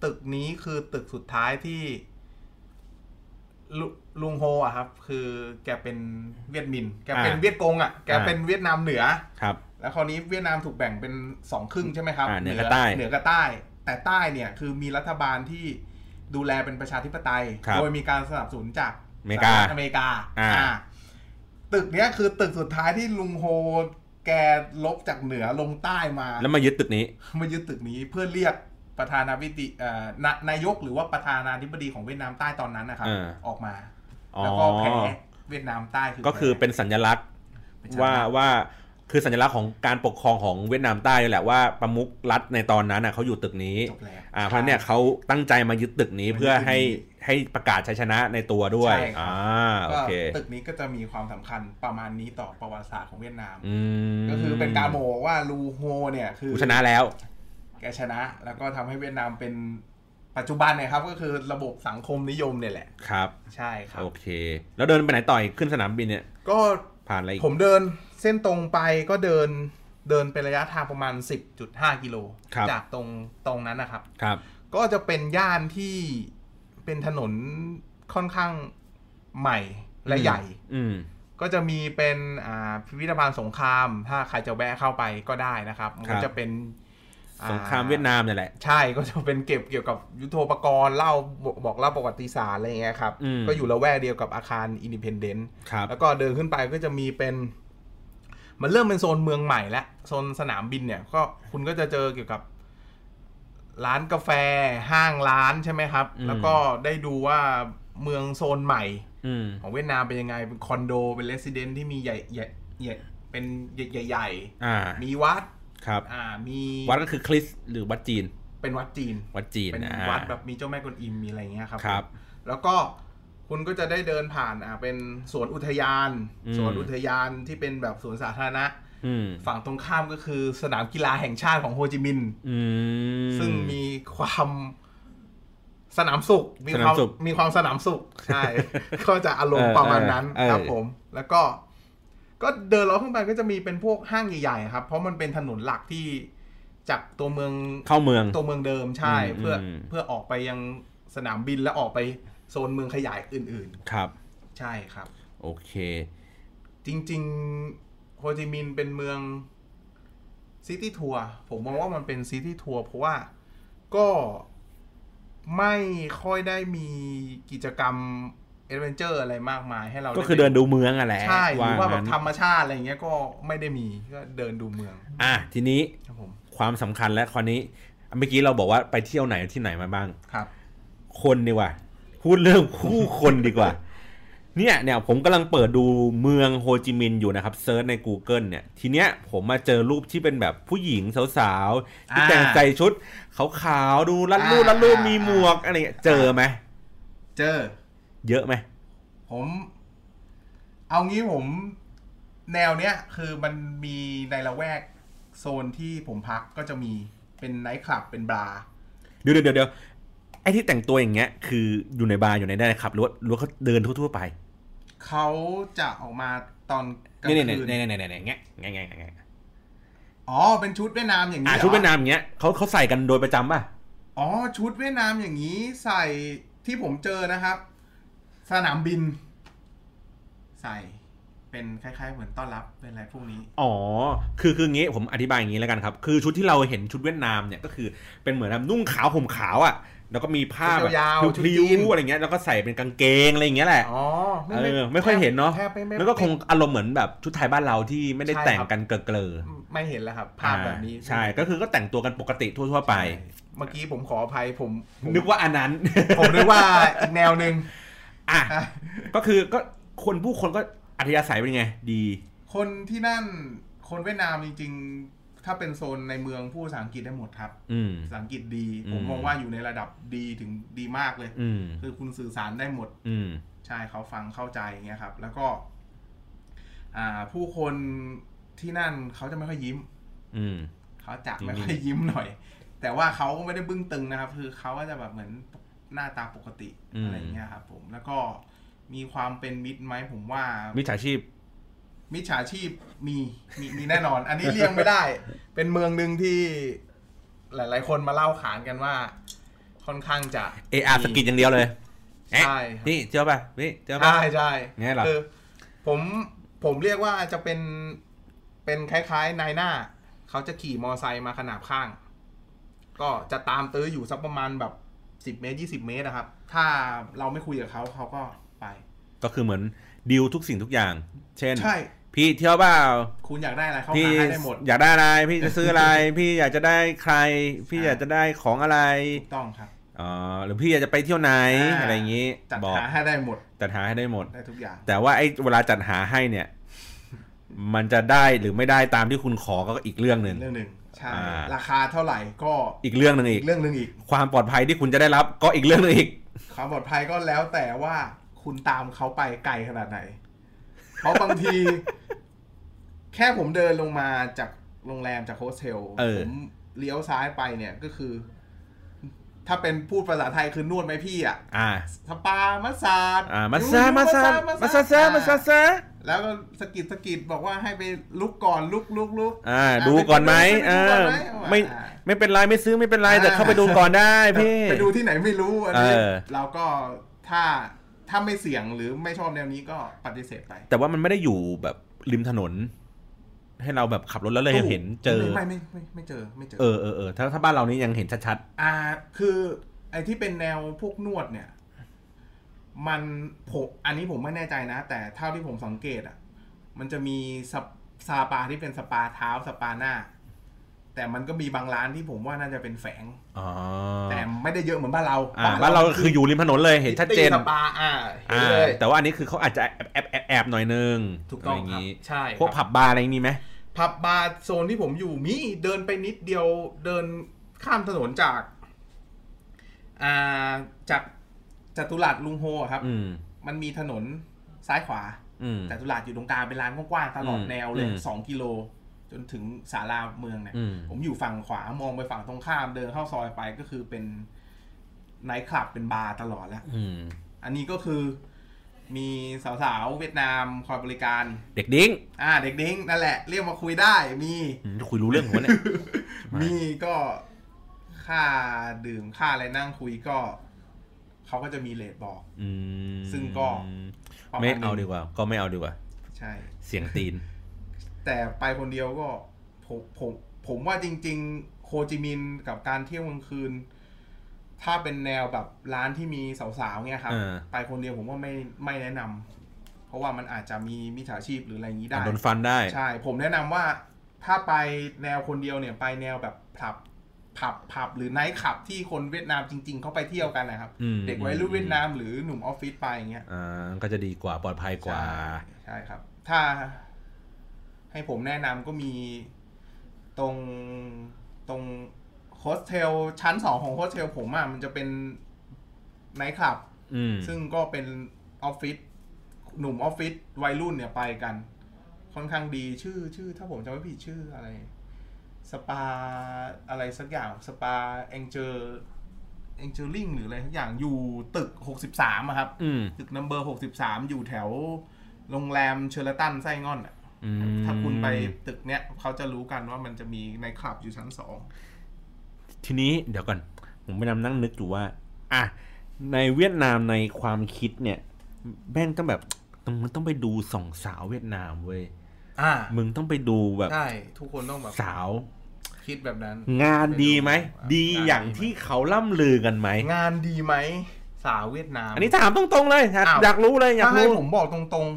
B: ตึกนี้คือตึกสุดท้ายที่ลุลุงโฮอะครับ คือแกเป็นเวียดมิน แกเป็นเวียดกงอะแกเป็นเวียดนามเหนือ
A: ครับ
B: แล้วคราวนี้เวียดนามถูกแบ่งเป็นสองครึ่งใช่ไหมครับ
A: อ่าเหนือกับใต้
B: เหนือกับใต้ แต่ใต้เนี่ยคือมีรัฐบาลที่ดูแลเป็นประชาธิปไตย
A: ครับ
B: โดยมีการสนับสนุนจาก
A: อเมริกา
B: สหรัฐอเมริกา
A: อ่า
B: ตึกเนี้ยคือตึกสุดท้ายที่ลุงโฮ แกลบจากเหนือลงใต้มา
A: แล้วมายึดตึกนี้
B: มายึดตึกนี้เพื่อเรียกประธานาธิบดีเอ่อนานายกหรือว่าประธานาธิบดีของเวียดนามใต้ตอนนั้นนะครับ
A: เออ
B: ออกมา
A: อ๋อ
B: แล้วก็แพ้เวียดนามใต้
A: ก็คือเป็นสัญลักษณ์ว่าว่าคือสัญลักษณ์ของการปกครองของเวียดนามใต้นี่แหละว่าประมุขรัฐในตอนนั้นน่ะเขาอยู่ตึกนี้
B: จบแล้ว
A: อ่าเพราะเนี่ยเขาตั้งใจมายึดตึกนี้
B: มายึด
A: เพื่อให้
B: ตึกนี้
A: ให้ประกาศชัยชนะในตัวด้วย
B: ใช่ครับ
A: อ่าโอ
B: ก็
A: เค
B: ตึกนี้ก็จะมีความสำคัญประมาณนี้ต่อประวัติศาสตร์ของเวียดนาม
A: อืม
B: ก็คือเป็นการโมว่าลูโฮเนี่ยคือ
A: กูชนะแล้ว
B: แกชนะ แล้วก็ทำให้เวียดนามเป็นปัจจุบันเนี่ยครับ ก็คือระบบสังคมนิยมเนี่ยแหละ
A: ครับ
B: ใช่ครับ
A: โอเค แล้วเดินไปไหนต่อยขึ้นสนามบินเนี่ย
B: ก็
A: ผ่านอะไรอีก
B: ผมเดินเส้นตรงไปก็เดินเดินเป็นระยะทางประมาณ 10.5 กิโล
A: ครับ
B: จากตรงตรงนั้นนะครับ
A: ครับ
B: ก็จะเป็นย่านที่เป็นถนนค่อนข้างใหม่และใหญ่
A: อืม
B: ก็จะมีเป็นอ่าพิพิธภัณฑ์สงคราม ถ้าใครจะแวะเข้าไปก็ได้นะครับ มัน
A: ครั
B: ก็
A: บ
B: จะเป็นอ่
A: สงครามเวียดนามเนี่ยแหละ
B: ใช่ก็จะเป็นเก็บเกี่ยวกับยุทโธปกรณ์เล่าบอกบอกเล่าประวัติศาสตร์อะไรอย่างเงี้ยครับ
A: อืม
B: ก็อยู่ละแวกเดียวกับอาคารอินดิเพนเดนต์
A: ครับ
B: แล้วก็เดินขึ้นไปก็จะมีเป็น มันเริ่มเป็นโซนเมืองใหม่และโซนสนามบินเนี่ย ก็คุณก็จะเจอเกี่ยวกับ ร้านกาแฟห้างร้านใช่ไหมครับ
A: อืม
B: แล้วก็ได้ดูว่าเมืองโซนใหม่
A: อืม
B: ของเวียดนามเป็นยังไง เป็นคอนโด เป็นเรสซิเดนที่มีใหญ่ใหญ่ใหญ่เป็นใหญ่ใหญ่
A: อ่า
B: ๆมีวัด
A: ครับ
B: อ่า มี
A: วัดก็คือคริสต์หรือวัดจีน
B: เป็นวัดจีน
A: วัดจีน
B: เป็น
A: อ่า
B: วัดแบบมีเจ้าแม่กวนอิม มีอะไรอย่างเงี้ยครับ
A: ครับ
B: แล้วก็คุณก็จะได้เดินผ่าน อ่า เป็นสวนอุทยาน
A: อืม
B: สวนอุทยานที่เป็นแบบสวนสาธารณะ
A: อืม
B: ฝั่งตรงข้ามก็คือสนามกีฬาแห่งชาติของโฮจิมินห์
A: อืม
B: ซึ่งมีความสนามสุขมีควาน
A: สาม มสุข
B: มีความสนามสุ ขใช่ ก็จะอารมณ์ประมาณนั้น
A: เออเออ
B: ครับผม แล้วก็ ก็เดินเลาะขึ้นไปก็จะมีเป็นพวกห้างใหญ่ๆครับ เพราะมันเป็นถนนหลักที่จากตัวเมือง
A: เข้าเมือง
B: ตัวเมืองเดิมใช่
A: อืม
B: เพื่ออ
A: ม
B: เพื่อออกไปยังสนามบินและออกไปโซนเมืองขยายอื่น
A: ครับ
B: ๆ ใช่ครับ
A: โอเค
B: จริงๆโฮจิมินห์เป็นเมืองซิตี้ทัวร์ผมมองว่ามันเป็นซิตี้ทัวร์เพราะว่าก็ไม่ค่อยได้มีกิจกรรมเอดเวนเจอร์อะไรมากมายให้เรา
A: ก็คือเดินดูเมืองอ่ะแหละ
B: ใช่หรือว่าแบบ
A: งั้น
B: ธรรมชาติอะไรอย่างเงี้ยก็ไม่ได้มีก็เดินดูเมือง
A: อ่ะทีนี้
B: ครับผม
A: ความสำคัญและคราวนี้เมื่อกี้เราบอกว่าไปเที่ยวไหนที่ไหนมาบ้าง
B: ครับ
A: คนดีกว่า พูดเรื่องคู่คนดีกว่า เนี่ยเนี่ยผมกำลังเปิดดูเมืองโฮจิมินห์อยู่นะครับเซิร์ชใน Google เนี่ย ทีเนี้ยผมมาเจอรูปที่เป็นแบบผู้หญิงสาวๆ ที่
B: อ่า
A: แต่งใส่ชุดขาวๆ ดูรัดรูป
B: อ่า
A: รัดรูป
B: อ่า
A: มีหมวกอะไรเงี้ยเจอไหม
B: เจอ
A: เยอะไหม
B: ผม เอางี้ผมแนวเนี้ยคือมันมีในละแวกโซนที่ผมพักก็จะมีเป็นไนท์คลับเป็นบาร์
A: เดี๋ยวเดี๋ยวเดี๋ยวไอ้ที่แต่งตัวอย่างเงี้ย คืออยู่ในบาร์อยู่ในได้ครับหรือว่าหรือว่าเขาเดินทั่วๆไป
B: เขาจะออกมาตอนกลาง
A: เนี่ยเนี่ย
B: คืน
A: เนี่ยเนี่ยเนี่ยเนี่ยเงี้ยเงี้ยเงี้ยเงี้ย
B: อ๋อ เป็นชุดเวียดนามอย่างนี้
A: อ่า
B: หรอ
A: ชุดเวียดนามอย่างเงี้ยเขาเขาใส่กันโดยประจำป่ะ
B: อ๋อ ชุดเวียดนามอย่างนี้ใส่ที่ผมเจอนะครับ สนามบิน ใส่เป็นคล้ายๆ เหมือนต้อนรับเป็นอะไรพวกนี้
A: อ๋อ คือคืองี้ผมอธิบายอย่างนี้แล้วกันครับ คือชุดที่เราเห็นชุดเวียดนามเนี่ยก็คือเป็นเหมือนแบบนุ่งขาวห่มขาวอ่ะ แล้วก็มีผ้าแบบ
B: ยาวๆ
A: พลิ้
B: ชุดจีน
A: วๆอะไรเงี้ย แล้วก็ใส่เป็นกางเกงอะไรอย่างเงี้ยแหละ
B: อ๋อ
A: เออ ไม่ค่อยเห็นเนาะ
B: แทบไม่ไม่
A: แล้วก็คงอารมณ์เหมือนแบบชุดไทยบ้านเราที่ไม่ได้
B: ใช่
A: แต่ง
B: ครับ
A: กันเกลอเกลอ
B: ไม่เห็นแล้วครับ
A: ๆ
B: ภาพแบบนี้
A: อ่าใช่ ก็คือก็แต่งตัวกันปกติทั่ว ๆ ไป
B: เมื่อกี้ผมขออภัยผมผม
A: นึกว่าอันนั้น
B: ผมนึกว่า อีกแนวหนึ่ง
A: อ่ะ ก็คือก็คนผู้คนก็อัธยาศัยเป็นไง ดี
B: คนที่นั่น คนเวียดนามจริงๆ ถ้าเป็นโซนในเมืองพูดภาษาอังกฤษได้หมดครับ
A: อืม
B: ภาษาอังกฤษดี
A: อืม
B: ผมมองว่าอยู่ในระดับดีถึงดีมากเลย
A: อืม
B: คือคุณสื่อสารได้หมด
A: อืม
B: ใช่เขาฟังเข้าใจอย่างเงี้ยครับ แล้วก็ อ่า ผู้คนที่นั่นเขาจะไม่ค่อยยิ้ม
A: อืม
B: เขาจะไม่ค่อยยิ้มหน่อย แต่ว่าเขาก็ไม่ได้บึ้งตึงนะครับ คือเขาก็จะแบบเหมือนหน้าตาปกติ
A: อืม
B: อะไรอย่างเงี้ยครับผมแล้วก็มีความเป็นมิตรไหมผมว่า
A: มิจฉาชีพ
B: มิจฉาชีพมีมีมีแน่นอน อันนี้เลี่ยงไม่ ได้ เป็นเมืองหนึ่งที่หลาย ๆ คนมาเล่าขานกันว่า ค่อนข้างจะ
A: เออาสะกิดอย่างเดียวเลย
B: ใช่ครับ
A: เอ๊ะนี่เจอป่ะ นี่เจอป่ะ
B: ใช่ใช่
A: ไงเหรอ
B: คือผมผมเรียกว่าจะเป็นเป็นคล้าย ๆ นายหน้า เขาจะขี่มอไซค์มาขนาบข้าง ก็จะตามตื้ออยู่สักประมาณแบบสิบเมตรยี่สิบเมตรนะครับ ถ้าเราไม่คุยกับเขาเขาก็ไป
A: ก็คือเหมือนดีลทุกสิ่งทุกอย่าง เช่น
B: ใช่
A: พี่เที่ยวเปล่า
B: คุณอยากได้อะไรเข้า
A: พี่
B: มาให้ได้หมด
A: อยากได้อะไร พี่จะซื้อ อะไร พี่อยากจะได้ใคร พี่
B: อ่า
A: อยากจะได้ของอะไร
B: ถูกต้องครับ
A: อ๋อหรือพี่อยากจะไปเที่ยวไหน
B: อ่า
A: อะไรอย่างนี้
B: จัด
A: บอก
B: หาให้ได้หมด
A: จัดหาให้ได้หมด
B: ได้ทุกอย่าง
A: แต่ว่าไอ้เวลาจัดหาให้เนี่ย มันจะได้หรือไม่ได้ตามที่คุณขอก็อีกเรื่องหนึ่ง
B: เรื่องหนึ่งใช่
A: อ่า
B: ราคาเท่าไหร่ก็
A: อีกเรื่องหนึ่งอี
B: อี
A: ก
B: กเรื่องหนึ่งอีก
A: ความปลอดภัยที่คุณจะได้รับก็อีกเรื่องหนึงอีก
B: ความปลอดภัยก็แล้วแต่ว่าคุณตามเขาไปไกลขนาดไหน เพราะบางที แค่ผมเดินลงมาจากโรงแรมจากโฮสเทล
A: เออ
B: ผมเลี้ยวซ้ายไปเนี่ยก็คือ ถ้าเป็นพูดภาษาไทยคือนวดไหมพี่อะ
A: อ่า
B: สปามาสซาด
A: อ่ามาซามาซามาซาซามาซาซา
B: แล้วก็สะกิดสะกิดบอกว่าให้ไปลุกก่อนลุกลุกลุก
A: อ่า ดูก่อนไหมเออไม่
B: อ่า
A: ไม่เป็นไรไม่ซื้อไม่เป็นไรแต่เข้าไปดูก่อนได้พี่
B: ไปดูที่ไหนไม่รู้อันนี้
A: เออ
B: เราก็ถ้าถ้าไม่เสี่ยงหรือไม่ชอบแนวนี้ก็ปฏิเสธไป
A: แต่ว่ามันไม่ได้อยู่แบบริมถนน ให้เราแบบขับรถแล้วเลยเห็นเจอ
B: ไม่ไม่ไม่ไม่เจอไม่เจอ
A: เออเออเออถ้าถ้าบ้านเรานี้ยังเห็นชัด
B: อ่าคือไอ้ที่เป็นแนวพวกนวดเนี่ย มันผมอันนี้ผมไม่แน่ใจนะ แต่เท่าที่ผมสังเกตอ่ะ มันจะมีสปสปาที่เป็นสปาเท้าสปาหน้า แต่มันก็มีบางร้านที่ผมว่าน่าจะเป็นแฝง
A: ๆอ๋อ
B: แต่ไม่ได้เยอะเหมือนบ้านเรา
A: อ่าบ้านเราคืออยู่ริมถนนเลยเห็นชัดเจน
B: สปาอ่าเห็น
A: อ่า
B: เลย
A: แต่ว่าอันนี้คือเขาอาจจะแอบแอบแอบแอบหน่อยนึง
B: ถูกต้อง
A: ะไร
B: ค
A: ย่า
B: รับ
A: นี้
B: ใช่ครับ
A: พวกผับบาร์อะไรอย่างนี้ไหม
B: ผับบาร์โซนที่ผมอยู่มีเดินไปนิดเดียวเดินข้ามถนนจาก อ่าจากจตุรัสลุงโฮอะครับ
A: อืม
B: มันมีถนนซ้ายขวา
A: อืม
B: จตุรัสอยู่ตรงกลางเป็นลานกว้างๆตลอด
A: อืม
B: แนวเลย
A: อืม
B: สองกิโล จนถึงศาลาเมืองเนี่ย
A: อืม
B: ผมอยู่ฝั่งขวามองไปฝั่งตรงข้ามเดินเข้าซอยไปก็คือเป็นไนท์คลับเป็นบาร์ตลอดแล้ว
A: อืม
B: อันนี้ก็คือมีสาวๆเวียดนามคอยบริการ
A: เด็กดิ้ง
B: อ่า เด็กดิ้งนั่นแหละเรียกมาคุยได้มี
A: อืมจะคุยรู้เรื่องหัวะเนี่ย
B: มีก็ค่าดื่มค่าอะไรนั่งคุยก็ เขาก็จะมีเลทบอก
A: อืม
B: ซึ่งก็ ประณ
A: ไม่
B: หนึ่ง
A: เอาดีกว่า ก็ไม่เอาดีกว่า
B: ใช่
A: เสียงตีน
B: แต่ไปคนเดียวก็ผมผมผมว่าจริง ๆ โฮจิมินห์กับการเที่ยวกลางคืน ถ้าเป็นแนวแบบร้านที่มีสาวๆเนี่ยครับ
A: เออ
B: ไปคนเดียวผมว่าไม่ไม่แนะนำเพราะว่ามันอาจจะมีมิจฉาชีพหรืออะไรอย่างนี้
A: อ่ะ
B: ได้
A: โดนฟันได้
B: ใช่ ผมแนะนำว่าถ้าไปแนวคนเดียวเนี่ยไปแนวแบบผับผับผับหรือไนท์ขับที่คนเวียดนามจริง ๆ เขาไปเที่ยวกันนะครับ
A: อืม
B: เด็กวัยรุ่นเวียดนามหรือหนุ่มออฟฟิศไปอย่างเงี้ย
A: อ่าก็จะดีกว่าปลอดภัยกว่า
B: ใช่ใช่ครับ ถ้าให้ผมแนะนำก็มีตรงตรงโฮสเทลชั้นสองของโฮสเทลผมอ่ะมันจะเป็นไนท์ขับ
A: อืม
B: ซึ่งก็เป็นออฟฟิศหนุ่มออฟฟิศวัยรุ่นเนี่ยไปกัน ค่อนข้างดีชื่อชื่อ ถ้าผมจำไม่ผิดชื่ออะไร สปาอะไรสักอย่างสปาเองเจอเองเจอริงหรืออะไรสักอย่างอยู่ตึก 63อะครับ
A: อืม
B: ตึกนัมเบอร์ 63 อยู่แถวโรงแรมเชอร์ตันไส้งอนอะ
A: อืม
B: ถ้าคุณไปตึกเนี้ยเขาจะรู้กันว่ามันจะมีในคลับอยู่ชั้นสอง
A: ทีนี้เดี๋ยวก่อน ผมไปนำนั่งนึกอยู่ว่า อ่ะ ในเวียดนามในความคิดเนี่ยแม่งต้องแบบต้องมันต้องไปดูสองสาวเวียดนามเว้ย
B: อ่า
A: มึงต้องไปดูแบบ
B: ใช่ทุกคนต้องแบบ
A: สาว
B: คิดแบบนั้น
A: งานดีไหม
B: ไปดู
A: ดี
B: งาน
A: อย่างที่เขาล่ำลือกันไหม
B: งานดีไหมสาวเวียดนาม
A: อันนี้ถามตรงๆเลยอยาก
B: อ้าว
A: อยากรู้เลยอยา
B: ถ้าก ให้
A: รู้
B: ผมบอกตรง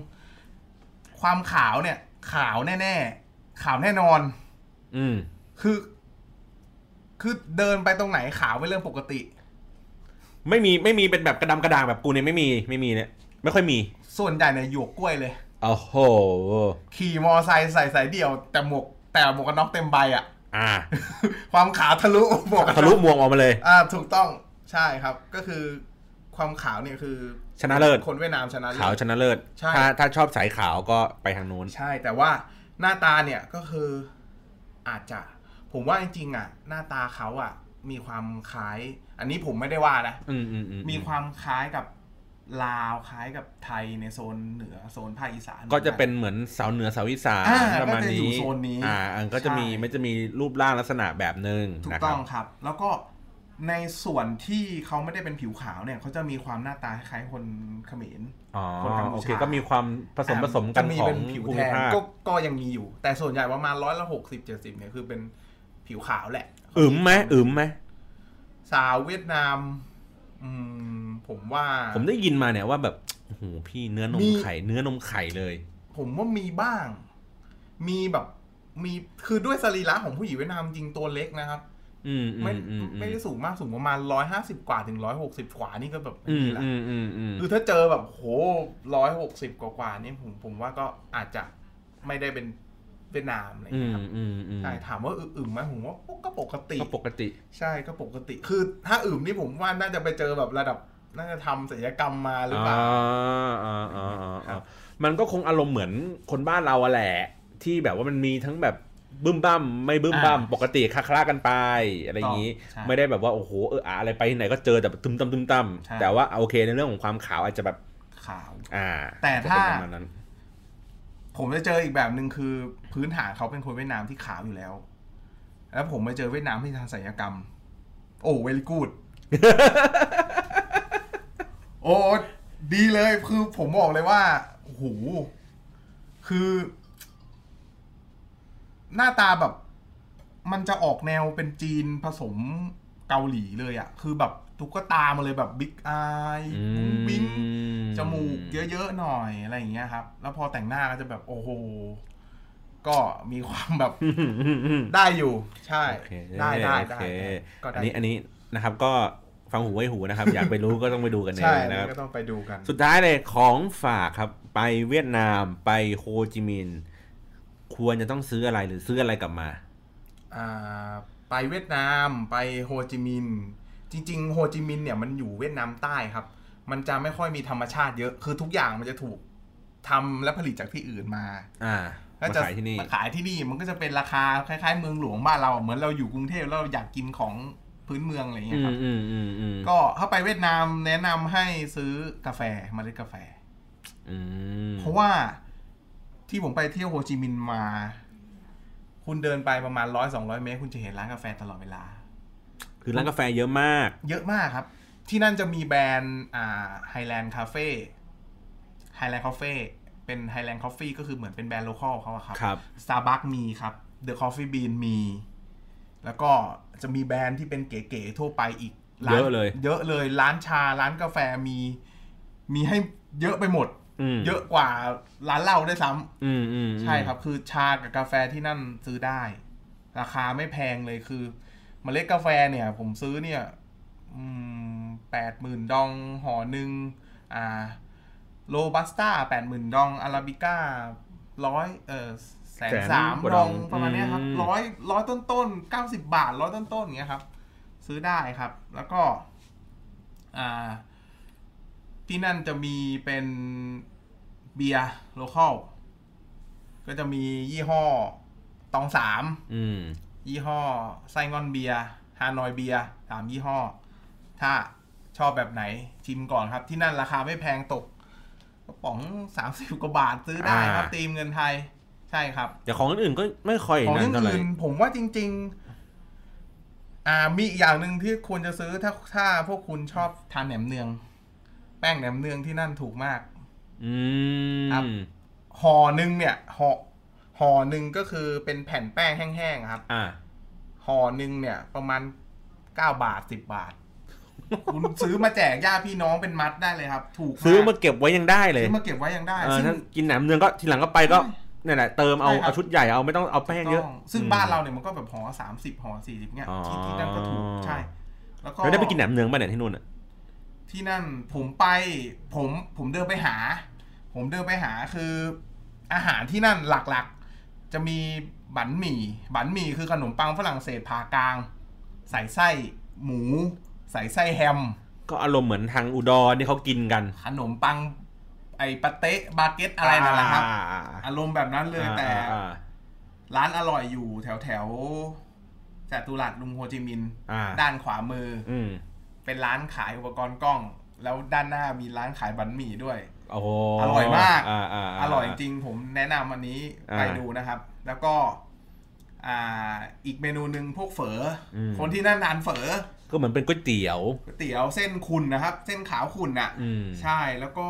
B: ๆ ความขาวเนี่ย ขาวแน่ๆ ขาวแน่นอน
A: อืม
B: คือ คือเดินไปตรงไหนขาวเป็นเรื่องปกติ
A: ไม่มีไม่มีเป็นแบบกระดำกระด่างแบบกูเนี่ยไม่มีไม่มีเนี่ยไม่ค่อยมี
B: ส่วนใหญ่เนี่ยหยวกกล้วยเลย
A: โอ้โห
B: ขี่มอไซค์ใส่สายเดี่ยว แต่หมวกแต่หมวกกันน็อกเต็มใบอะ
A: อ่า
B: ความขาวทะลุหมวกกัน
A: ทะ
B: น็
A: ลุ
B: อก
A: มวงออกมาเลย
B: อ่า ถูกต้องใช่ครับ ก็คือ ความขาวเนี่ยคือ
A: ชนะเลิศ
B: คนเวียดนามชนะเลิศ
A: ขาวชนะเลิศ
B: ใช่
A: ถ้าถ้าชอบสายขาวก็ไปทางนู้น
B: ใช่แต่ว่าหน้าตาเนี่ยก็คืออาจจะ ผมว่าจริงๆอ่ะ หน้าตาเขาอ่ะ มีความคล้าย อันนี้ผมไม่ได้ว่านะ
A: อืมอืมอืม
B: มีความคล้ายกับลาวคล้ายกับไทยในโซนเหนือโซนภาคอีสาน
A: ก็จะเป็นเหมือนสาวเหนือสาวอีสาน
B: อ่า
A: ประมาณ
B: ก็จะอยู่
A: นี้
B: โซนนี้
A: อ่าอันก็จะมี
B: ใช่
A: มันจะมีรูปร่างลักษณะแบบหนึ่ง
B: ถูก
A: นะค
B: ต้
A: รั
B: อบ งครับ แล้วก็ในส่วนที่เขาไม่ได้เป็นผิวขาวเนี่ยเขาจะมีความหน้าตาคล้ายคนเขมร
A: อ๋อ
B: คนกัมพูชา
A: โอเคก็มีความผสมผสมกัน
B: จะมี
A: ของ
B: เป็นผิว
A: ภู
B: แท
A: มิ
B: น
A: ภาค
B: ก็ก็ยังมีอยู่ แต่ส่วนใหญ่ประมาณร้อยละหกสิบเจ็ดสิบเนี่ยคือเป็นผิวขาวแหละ
A: อึมไหมอึมไหม
B: สาวเวียดนาม อืม ผมว่า
A: ผมได้ยินมาเนี่ยว่าแบบโอ้โหพี่เนื้อนม
B: มี
A: ไข่เนื้อนมไข่เลย
B: ผมว่ามีบ้าง มีแบบมีคือด้วยสรีระของผู้หญิงเวียดนามจริงตัวเล็กนะครับ
A: อืมอื
B: ไม่
A: มอืม
B: ไม่ได้สูงมากสูงประมาณร้อยห้าสิบกว่าถึงร้อยหกสิบกว่านี่ก็แบบ
A: อืม
B: นี่แหละ
A: อืมอืมอืม
B: คือถ้าเจอแบบโหร้อยหกสิบกว่ากว่านี่ผมผมว่าก็อาจจะไม่ได้เป็นเวียดนามอะไรอย่าง
A: อืม
B: เงี้ยครับ
A: อืมอืม
B: ใช่ถามว่าอึมๆไหมผมว่าก็ปกติ
A: ก็ปกติ
B: ใช่ก็ปกติ คือถ้าอึมนี่ผมว่าน่าจะไปเจอแบบระดับน่าจะทำศัลยกรรมมาหรือเปล่า
A: อ่าอ่าอ่า
B: ครั
A: อ่า
B: บ
A: มันก็คงอารมณ์เหมือนคนบ้านเราอะแหละ ที่แบบว่ามันมีทั้งแบบบึ้มบ้ามไม่บึ้มบ้ามปกติคาคลากันไปอะไรอย่างนี้
B: ใช่
A: ไม่ได้แบบว่าโอ้โหเอออะอะไรไปที่ไหนก็เจอแต่แบบตึมตั้มตึมตั้ม
B: ใช่
A: แต่ว่าอ่ะโอเคในเรื่องของความขาวอาจจะแบบ
B: ขาว
A: อ่า
B: แต่
A: จะเป็น
B: ถ้า
A: ประมณนั้น
B: ผมจะเจออีกแบบหนึ่งคือพื้นฐานเขาเป็นคนเวียดนามที่ขาวอยู่แล้ว แล้วผมไปเจอเวียดนามที่ทางศัลยกรรม โอ้เวลกูด โอ้ดีเลยคือผมบอกเลยว่าโอ้โหคือ หน้าตาแบบ มันจะออกแนวเป็นจีนผสมเกาหลีเลยอะคือแบบตุ๊กตามาเลยแบบบิ๊กอายบุ้งบิ้ง จมูกเยอะๆหน่อยอะไรอย่างเงี้ยครับ แล้วพอแต่งหน้าก็จะแบบโอ้โห ก็มีความแบบ ได้อยู่ ใช่
A: โอเค
B: ได้ได้
A: โอ
B: ได้
A: เค
B: ก็
A: อั
B: ได้
A: นนี้อันนี้นะครับก็ฟังหูไว้หูนะครับ อยากไปรู้ก็ต้องไปดูกันเอ
B: ใช่
A: ง
B: อัน
A: นะค
B: นี้
A: รับ
B: ก็ต้องไปดูกัน
A: สุดท้ายเลยของฝากครับ ไปเวียดนามไปโฮจิมินห์ควรจะต้องซื้ออะไรหรือซื้ออะไรกลับมา
B: อ่าไปเวียดนาม ไปโฮจิมินห์จริง ๆ โฮจิมินห์เนี่ยมันอยู่เวียดนามใต้ครับ มันจะไม่ค่อยมีธรรมชาติเยอะ คือทุกอย่างมันจะถูกทำและผลิตจากที่อื่นมา
A: อ่า
B: ก็
A: มา
B: จะ
A: ขายที่นี่
B: มาขายที่นี่มันก็จะเป็นราคาคล้ายๆ เมืองหลวงบ้านเราอะเหมือนเราอยู่กรุงเทพแล้วเราอยากกินของพื้นเมืองอะไรอย่างเงี้
A: อื
B: ยค
A: ม
B: รับ
A: อืมอืมอืม
B: ก็ถ้าไปเวียดนามแนะนำให้ซื้อกาแฟเมล็ดกาแฟ
A: อืม
B: เพราะว่าที่ผมไปเที่ยวโฮจิมินห์มา คุณเดินไปประมาณร้อยสองร้อยเมตร คุณจะเห็นร้านกาแฟตลอดเวลา
A: คือร้านกาแฟเยอะมาก
B: เยอะมากครับ ที่นั่นจะมีแบรนด์อ่าไฮแลนด์คาเฟ่ไฮแลนด์คาเฟ่เป็นไฮแลนด์คอฟฟี่ก็คือเหมือนเป็นแบรนด์โลคอลเขาอะครับ
A: ครับ
B: สตาร์บัคมีครับ The Coffee Bean มี แล้วก็จะมีแบรนด์ที่เป็นเก๋ๆทั่วไปอีกร้าน
A: เยอะเลย
B: เยอะเลยร้านชาร้านกาแฟมี มีให้เยอะไปหมด
A: อืม
B: เยอะกว่าร้านเหล้าได้วยซ้ำ
A: อืมอืมอืม
B: ใช่ครับ คือชากับกาแฟที่นั่นซื้อได้ ราคาไม่แพงเลยคือมเมล็ดกาแฟเนี่ย ผมซื้อเนี่ยแปดหมื่นดองห่อหนึ่งอ่าโรบัสต้าแปดหมื่นดองอาราบิก้าร้อยเออแสนสามดองประมาณเนี้ยครับร้อยร้อยต้นต้นเก้าสิบบาทร้อยต้นต้นๆอย่างเงี้ยครับ ซื้อได้ครับ แล้วก็ อ่า ที่นั่นจะมีเป็นเบียร์โลคอลก็จะมียี่ห้อตองสาม
A: อืม
B: ยี่ห้อไซงอนเบียร์ฮานอยเบียร์สามยี่ห้อ ถ้าชอบแบบไหนชิมก่อนครับ ที่นั่นราคาไม่แพงตกกระป๋องสามสิบกว่าบาทซื้อได้ครับตีมเงินไทย ใช่ครับ
A: แต่ของอื่นๆก็ไม่ค่อย
B: ของ
A: นั่
B: เรื่อน ง
A: เท่าไหร่
B: อื่นผมว่าจริง ๆ อ่ามีอีกอย่างหนึ่งที่ควรจะซื้อถ้าถ้าพวกคุณชอบทานแหนมเนือง แป้งแหนมเนืองที่นั่นถูกมาก
A: อื
B: ครับ
A: ม
B: ห่อหนึ่งเนี่ยห่อห่อหนึ่งก็คือเป็นแผ่นแป้งแห้งๆครับ
A: อ่า
B: ห่อหนึ่งเนี่ย ประมาณเก้าบาทสิบบาท คุณซื้อมาแจกญาติพี่น้องเป็นมัดได้เลยครับ ถูกก
A: ซื้อมาเก็บไว้ยังได้เลย
B: ซื้อมาเก็บไว้ยังได้
A: เออ
B: ซึ่ง
A: ถ้ากินแหนมเนืองก็ทีหลังก็ไปก็เนี่ยแหละเติมเอา
B: ใช่ครับ
A: เอาชุดใหญ่เอาไม่ต้องเอาแป้งเยอะ
B: ต้องซึ่งบ้านเราเนี่ยมันก็แบบห่อสามสิบห่อสี่สิบเนี่ย
A: อ๋อ
B: ที่ที่นั่นก็ถูกใช่ แล้วก็
A: แล้วได้ไปกินแหนมเนืองป่ะเนี่ยที่นู่นอ่ะ
B: ที่นั่นผมไปผมผมเดินไปหา ผมเดินไปหาคือ อาหารที่นั่นหลักๆ จะมีบันหมี่บันหมี่คือขนมปังฝรั่งเศสผ่ากลาง ใส่ไส้หมู ใส่ไส้แฮม
A: ก็อารมณ์เหมือนทางอุดรที่เขากินกัน
B: ขนมปัง ไอ้ปาเต๊ะบาเก็ตอะไรนั่นแหละครับ
A: อ่า
B: อารมณ์แบบนั้นเลยแต่
A: อ่าอ่า
B: ร้านอร่อยอยู่แถวแถวๆจตุรัสลุงโฮจิมินห์
A: อ่า
B: ด้านขวามือ
A: อืม
B: เป็นร้านขายอุปกรณ์กล้อง แล้วด้านหน้ามีร้านขายบันหมี่ด้วย
A: โอ้โห
B: อร่อยมาก
A: อ่าาา
B: อร่อยจริงๆผมแนะนำอันนี้
A: อ่า
B: ไปดูนะครับ แล้วก็อ่าอีกเมนูหนึ่งพวกเฝออ
A: ม
B: คนที่นั่นทานเฝอ
A: ก็เหมือนเป็นก๋วยเตี๋ยว
B: ก๋วยเตี๋ยวเส้นคุณนะครับ เส้นขาวคุณน่ะ
A: อืม
B: ใช่แล้วก็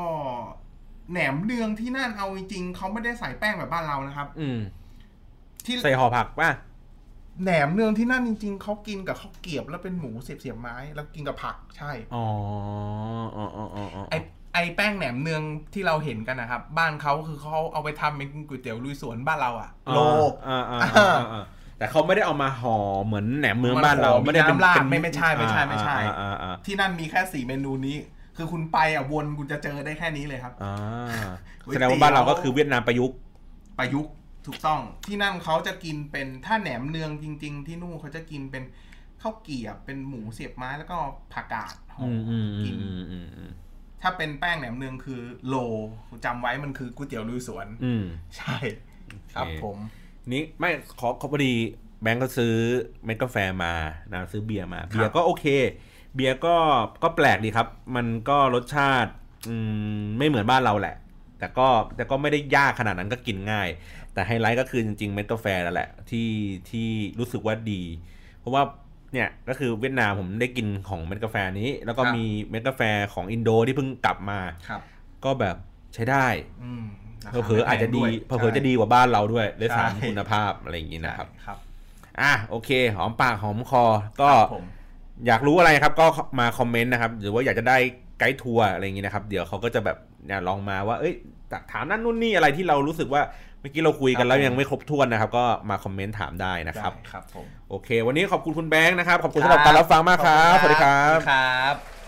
B: แหนมเนืองที่นั่นเอาจริงๆเขาไม่ได้ใส่แป้งแบบบ้านเรานะครับ
A: อืม
B: ที่
A: ใส่ห่อผักป่ะ
B: แหนมเนืองที่นั่นจริง ๆเขากินกับข้าวเกรียบแล้วเป็นหมูเสียบๆไม้ แล้วกินกับผักใช่
A: อ๋ออ๋ออ๋ออ๋อ
B: ไอไอ แป้งแหนมเนืองที่เราเห็นกันนะครับ บ้านเขาคือเขาเอาไปทำเป็นก๋วยเตี๋ยวลุยสวนบ้านเราอะโล
A: อ่าอ่าอ่าอ่าแต่เขาไม่ได้เอามาห่อเหมือนแหนมเมืองบ้านเรา
B: มันห่อ
A: ไม่ได้เป็น
B: มีน้ำราด
A: เป็น
B: ไม่ไม่ใช่ไม่ใช่ไม่ใช่
A: อ่าอ่าอ่า
B: ที่นั่นมีแค่สี่เมนูนี้ คือคุณไปอ่ะวนคุณจะเจอได้แค่นี้เลยครับ
A: อ่า
B: ก๋วยเตี๋ยว
A: แสดงว่าบ้านเราก็คือเวียดนามประยุกต์
B: ประยุกต์ถูกต้องที่นั่นเขาจะกินเป็นถ้าแหนมเนืองจริง ๆ ที่นู่นเขาจะกินเป็นข้าวเกรี๊ยบเป็นหมูเสียบไม้แล้วก็ผักกาดห่อ
A: อืมอืมอื
B: กิน
A: มอืมอืมอืม
B: ถ้าเป็นแป้งแหนมเนืองคือโลจำไว้มันคือก๋วยเตี๋ยวลุยสวน
A: อืม
B: ใช่ครับ
A: โอเค
B: ผม
A: นี่ไม่ขอขอพอดีแบงก์ก็ซื้อเมดกาแฟมานะซื้อเบียร์มา
B: ครับ
A: เบียร์ก็โอเค เบียร์ก็ก็แปลกดีครับ มันก็รสชาติอืมไม่เหมือนบ้านเราแหละ แต่ก็แต่ก็ไม่ได้ยากขนาดนั้นก็กินง่าย แต่ไฮไลท์ก็คือจริงๆเม็ดกาแฟนั่นแหละที่ที่รู้สึกว่าดี เพราะว่าเนี่ยก็คือเวียดนามผมได้กินของเม็ดกาแฟนี้ แล้วก็
B: ครับ
A: มีเม็ดกาแฟของอินโดที่เพิ่งกลับมา
B: ครับ
A: ก็แบบใช้ได้
B: อืมราคา
A: เผลอๆอาจจะดี
B: ไม่แพงวย
A: เผลอๆจะ
B: ใช่
A: ดีกว่าบ้านเราด้วยด้วย
B: ใช่
A: ซ้ำคุณภาพอะไรอย่างนี้นะครับ
B: ใช่ครับ
A: อ่ะโอเค หอมปากหอมคอ ก็
B: ครับผม
A: อยากรู้อะไรครับก็มาคอมเมนต์นะครับ หรือว่าอยากจะได้ไกด์ทัวร์อะไรอย่างนี้นะครับ เดี๋ยวเขาก็จะแบบเนี่ยลองมาว่า เอ้ยถามนั่นนู่นนี่อะไรที่เรารู้สึกว่าเมื่อกี้เราคุยกัน
B: ครับ
A: แล้ว
B: ผม
A: ยังไม่ครบถ้วนนะครับ ก็มาคอมเมนต์ถามได้นะครับ
B: ได้ครับผม
A: โอเค วันนี้ขอบคุณคุณแบงค์นะครับ ขอบคุณสำหรับการรับฟังมากครับ
B: ข
A: ส
B: อ
A: วัส
B: ณ
A: ดีครับ
B: ครับ